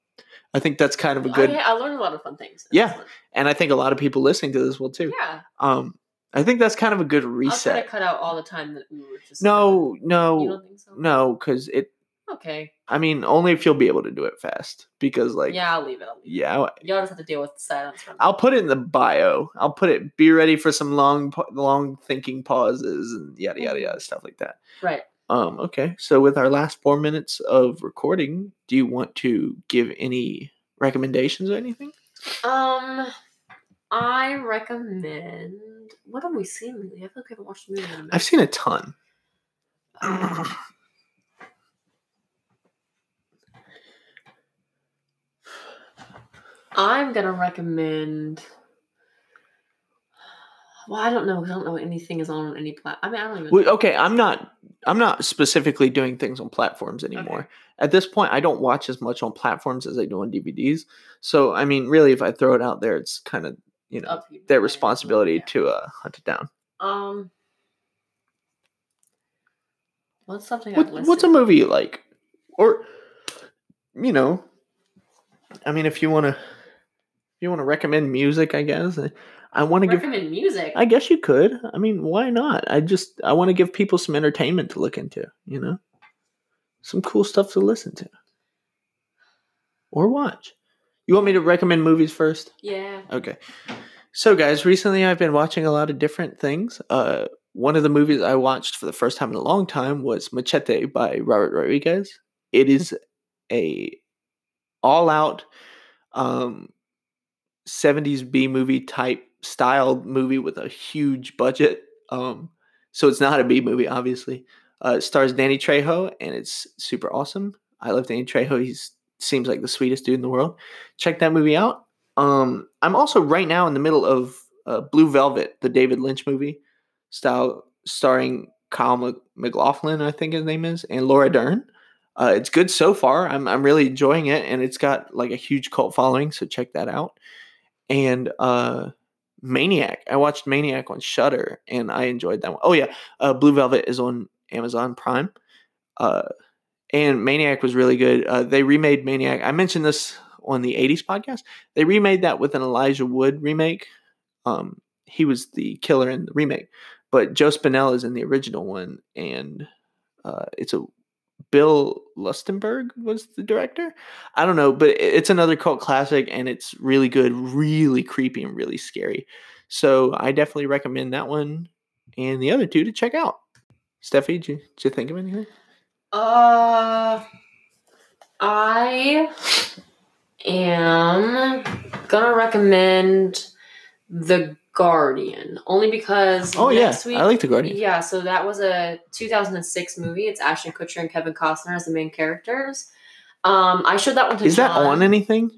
I think that's kind of a good, I, I learned a lot of fun things. in Yeah. this one. and I think a lot of people listening to this will too. yeah. Um, I think that's kind of a good I'll try to reset. cut out all the time that we were just. No, you no, don't think so? no, because it. Okay. I mean, only if you'll be able to do it fast. Because like, yeah, I'll leave it. I'll leave yeah, I'll- it. Y'all just have to deal with the silence. From I'll put it in the bio. I'll put it. Be ready for some long, pa- long thinking pauses and yada yada yada stuff like that. Right. Um. Okay. So with our last four minutes of recording, do you want to give any recommendations or anything? Um, I recommend. What have we seen lately? I feel like we haven't watched a movie. In a minute. I've seen a ton. I'm gonna recommend. Well, I don't know. 'cause I don't know what anything is on any plat. I mean, I don't even. Well, okay. I'm not. I'm not specifically doing things on platforms anymore. At this point, I don't watch as much on platforms as I do on DVDs. So I mean, really, if I throw it out there, it's kind of you know Up to you. their Yeah. responsibility Yeah. to uh, hunt it down. Um. What's something I've What, what's a listed? movie you like? Or you know, I mean, if you want to, if you want to recommend music, I guess I- I want to give. recommend music? I guess you could. I mean, why not? I just I want to give people some entertainment to look into. You know, some cool stuff to listen to or watch. You want me to recommend movies first? yeah. Okay. So, guys, recently I've been watching a lot of different things. Uh, one of the movies I watched for the first time in a long time was Machete by Robert Rodriguez. It is a all-out um, 70s B movie type styled movie with a huge budget. Um, so it's not a B movie, obviously. Uh, it stars Danny Trejo, and it's super awesome. I love Danny Trejo. He's seems like the sweetest dude in the world. Check that movie out. Um, I'm also right now in the middle of uh, Blue Velvet, the David Lynch movie, style starring Kyle Mc- McLaughlin, I think his name is, and Laura Dern. Uh, it's good so far. I'm I'm really enjoying it, and it's got like a huge cult following. So check that out. And uh, Maniac, I watched Maniac on Shutter, and I enjoyed that one. Oh yeah, uh, Blue Velvet is on Amazon Prime. Uh, and Maniac was really good. Uh, they remade Maniac. I mentioned this on the '80s podcast they remade that with an Elijah Wood remake. Um, he was the killer in the remake, but Joe Spinell is in the original one, and uh, it's a Bill Lustenberg was the director. I don't know, but it- it's another cult classic, and it's really good, really creepy, and really scary. So I definitely recommend that one and the other two to check out. Steffi, did you, did you think of anything? Uh, I am gonna recommend The Guardian only because Oh next yeah, week, I like the Guardian. yeah. So that was a 2006 movie. It's Ashton Kutcher and Kevin Costner as the main characters. Um, I showed that one to Is that John. on anything?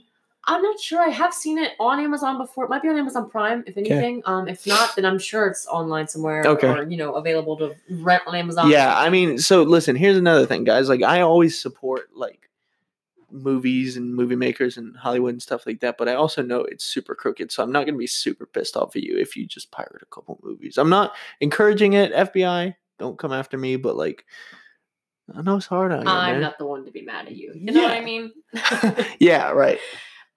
I'm not sure. I have seen it on Amazon before. It might be on Amazon Prime, if anything. Um, if not, then I'm sure it's online somewhere Okay. or you know available to rent on Amazon. Yeah, I mean, so listen, here's another thing, guys. Like, I always support like movies and movie makers and Hollywood and stuff like that, but I also know it's super crooked, so I'm not gonna be super pissed off at you if you just pirate a couple movies. I'm not encouraging it, FBI. Don't come after me, but like, I know it's hard out here, I'm man. not the one to be mad at you. You know what I Yeah. mean? yeah, right.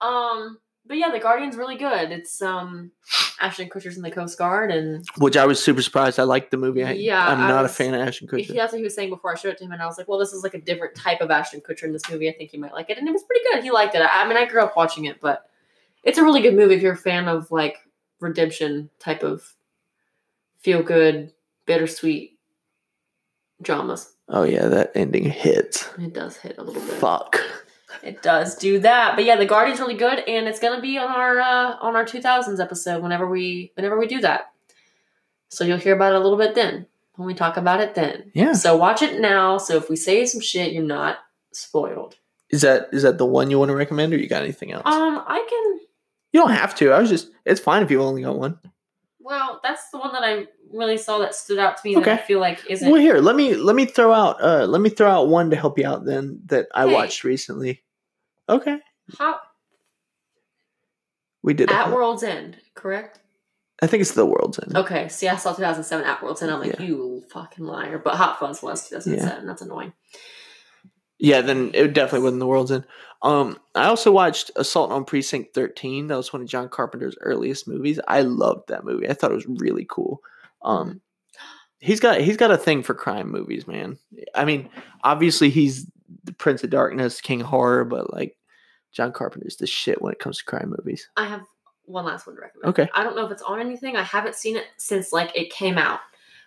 Um, but yeah, the Guardian's really good. It's um Ashton Kutcher's in the Coast Guard, and Which I was super surprised. I liked the movie. I, Yeah, I'm I not a was- fan of Ashton Kutcher. he, that's what he was saying before I showed it to him, and I was like, well, this is like a different type of Ashton Kutcher in this movie. I think he might like it, and it was pretty good. He liked it. I, I mean, I grew up watching it, but it's a really good movie if you're a fan of like redemption type of feel good, bittersweet dramas. Oh yeah, that ending hits. It does hit a little bit. Fuck. It does do that, but yeah, the Guardian's really good, and it's gonna be on our uh, on our 2000s episode whenever we whenever we do that. So you'll hear about it a little bit then when we talk about it then. Yeah. So watch it now. So if we say some shit, you're not spoiled. Is that is that the one you want to recommend, or you got anything else? Um, I can. You don't have to. I was just. It's fine if you only got one. Well, that's the one that I really saw that stood out to me that I Okay. feel like isn't. Well, here let me let me throw out uh let me throw out one to help you out then that I Hey. watched recently. Okay, How, we did. at Oh. it. World's End, correct? I think it's the world's end. Okay, see, I saw 2007 at World's End. I'm like, you fucking liar. But Hot Fuzz was 2007. That's annoying. Yeah, then it definitely wasn't the world's end. Um, I also watched Assault on Precinct 13. That was one of John Carpenter's earliest movies. I loved that movie. I thought it was really cool. Um, he's got he's got a thing for crime movies, man. I mean, obviously he's the Prince of Darkness, King of Horror, but like John Carpenter's the shit when it comes to crime movies. I have one last one to recommend. Okay. I don't know if it's on anything. I haven't seen it since like it came out.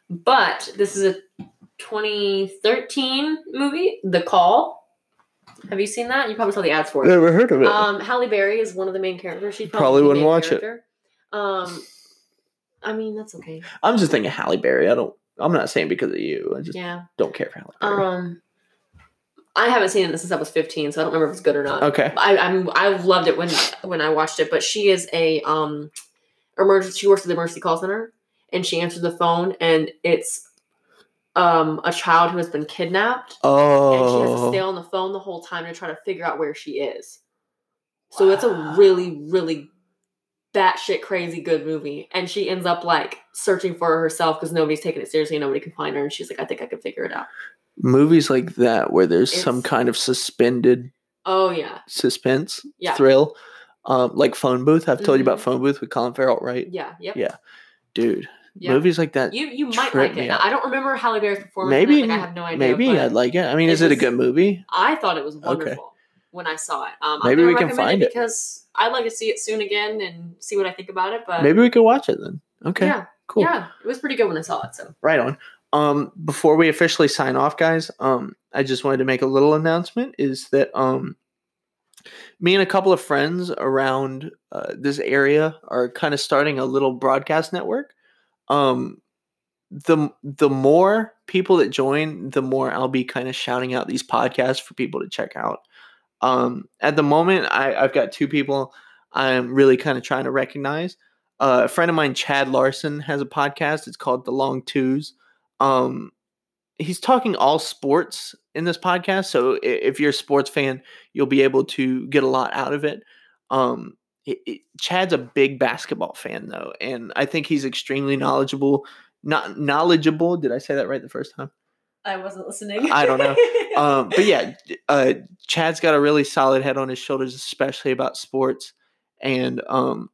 But this is a 2013 movie, The Call. Have you seen that? You probably saw the ads for it. Never heard of it. Um, Halle Berry is one of the main characters. She Probably probably, wouldn't watch it. it. Um, I mean that's okay. I'm just thinking Halle Berry. I don't. I'm not saying because of you. I just Yeah. don't care for Halle Berry. Um, I haven't seen it since I was 15, so I don't remember if it's good or not. okay. I I'm, I loved it when when I watched it, but she is a um emergency. She works at the emergency call center, and she answers the phone, and it's um a child who has been kidnapped, and she has to Oh. stay on the phone the whole time to try to figure out where she is. So it's a really really batshit crazy good movie, and she ends up like searching for her herself because nobody's taking it seriously, and nobody can find her, and she's like, I think I can figure it out. movies like that where there's some It's- kind of suspended Oh yeah, suspense Yeah. Mm-hmm. thrill um, like phone booth i've told you about phone booth with colin farrell right yeah, yep, Yeah. dude yeah. movies like that You you might Trip like me it. up. I don't remember Halle Berry's performance. maybe and I, think I have no idea. maybe but i'd like it i mean it is it a was- good movie I thought it was wonderful when I saw it. Um, Maybe I'm we gonna can recommend find it it. because I'd like to see it soon again and see what I think about it. But maybe we could watch it then okay yeah, cool yeah, it was pretty good when I saw it. So right on um before we officially sign off guys um i just wanted to make a little announcement is that um me and a couple of friends around uh, this area are kind of starting a little broadcast network um the the more people that join the more i'll be kind of shouting out these podcasts for people to check out um at the moment i i've got two people i'm really kind of trying to recognize uh, a friend of mine, Chad Larson, has a podcast. It's called The Long Twos. Um, he's talking all sports in this podcast. So i- if you're a sports fan, you'll be able to get a lot out of it. Um, it- it- Chad's a big basketball fan, though, and I think he's extremely knowledgeable. Not knowledgeable. Did I say that right the first time? I wasn't listening. I don't know. um, but yeah, uh, Chad's got a really solid head on his shoulders, especially about sports. And um,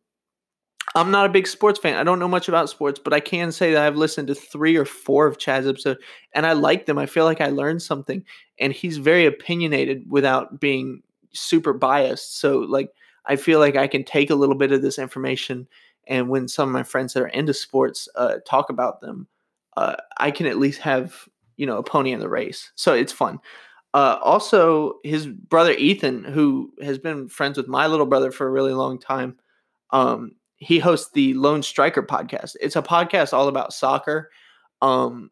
I'm not a big sports fan. I don't know much about sports, but I can say that I've listened to three or four of Chad's episodes, and I like them. I feel like I learned something. And he's very opinionated without being super biased. So like, I feel like I can take a little bit of this information, and when some of my friends that are into sports uh, talk about them, uh, I can at least have you know a pony in the race. So it's fun. Uh, also, his brother Ethan, who has been friends with my little brother for a really long time, um, he hosts the Lone Striker podcast. It's a podcast all about soccer, um,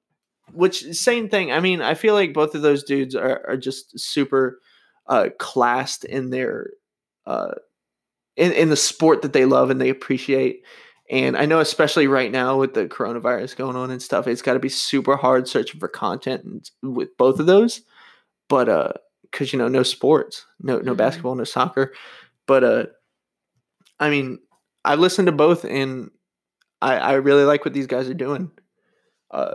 which same thing. I mean, I feel like both of those dudes are, are just super uh, classed in their uh, in in the sport that they love and they appreciate. And I know, especially right now with the coronavirus going on and stuff, it's got to be super hard searching for content and, with both of those. But uh, because you know, no sports, no no Mhm. basketball, no soccer. But uh, I mean, I've listened to both, and I I really like what these guys are doing. Uh,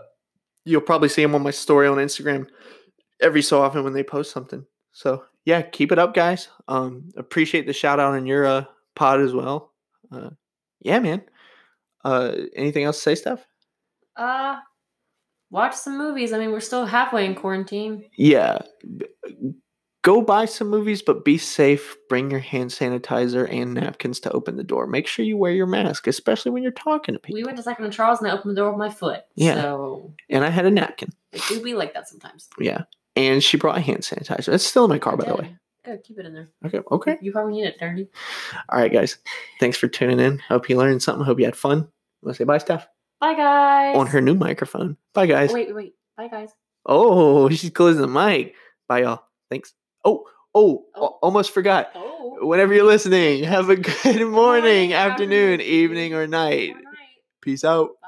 you'll probably see them on my story on Instagram every so often when they post something. So yeah, keep it up, guys. Um, appreciate the shout out on your uh, pod as well. Uh, yeah, man. Uh, anything else to say, Steph? Uh, watch some movies. I mean, we're still halfway in quarantine. Yeah. B- Go buy some movies, but be safe. Bring your hand sanitizer and napkins to open the door. Make sure you wear your mask, especially when you're talking to people. We went to Second and Charles and I opened the door with my foot. Yeah. So And I had a napkin. it do be like that sometimes. Yeah. And she brought hand sanitizer. It's still in my car, by the Yeah. way. Good, keep it in there. Okay. Okay. You probably need it, dirty. All right, guys. Thanks for tuning in. Hope you learned something. Hope you had fun. Let's say bye, Steph. Bye guys. On her new microphone. Bye, guys. Wait, wait. Bye guys. Oh, she's closing the mic. Bye, y'all. Thanks. Oh, oh, Oh. al- almost forgot. Oh. Whenever you're listening, have a good morning, afternoon, evening, or night. Good night. Peace out.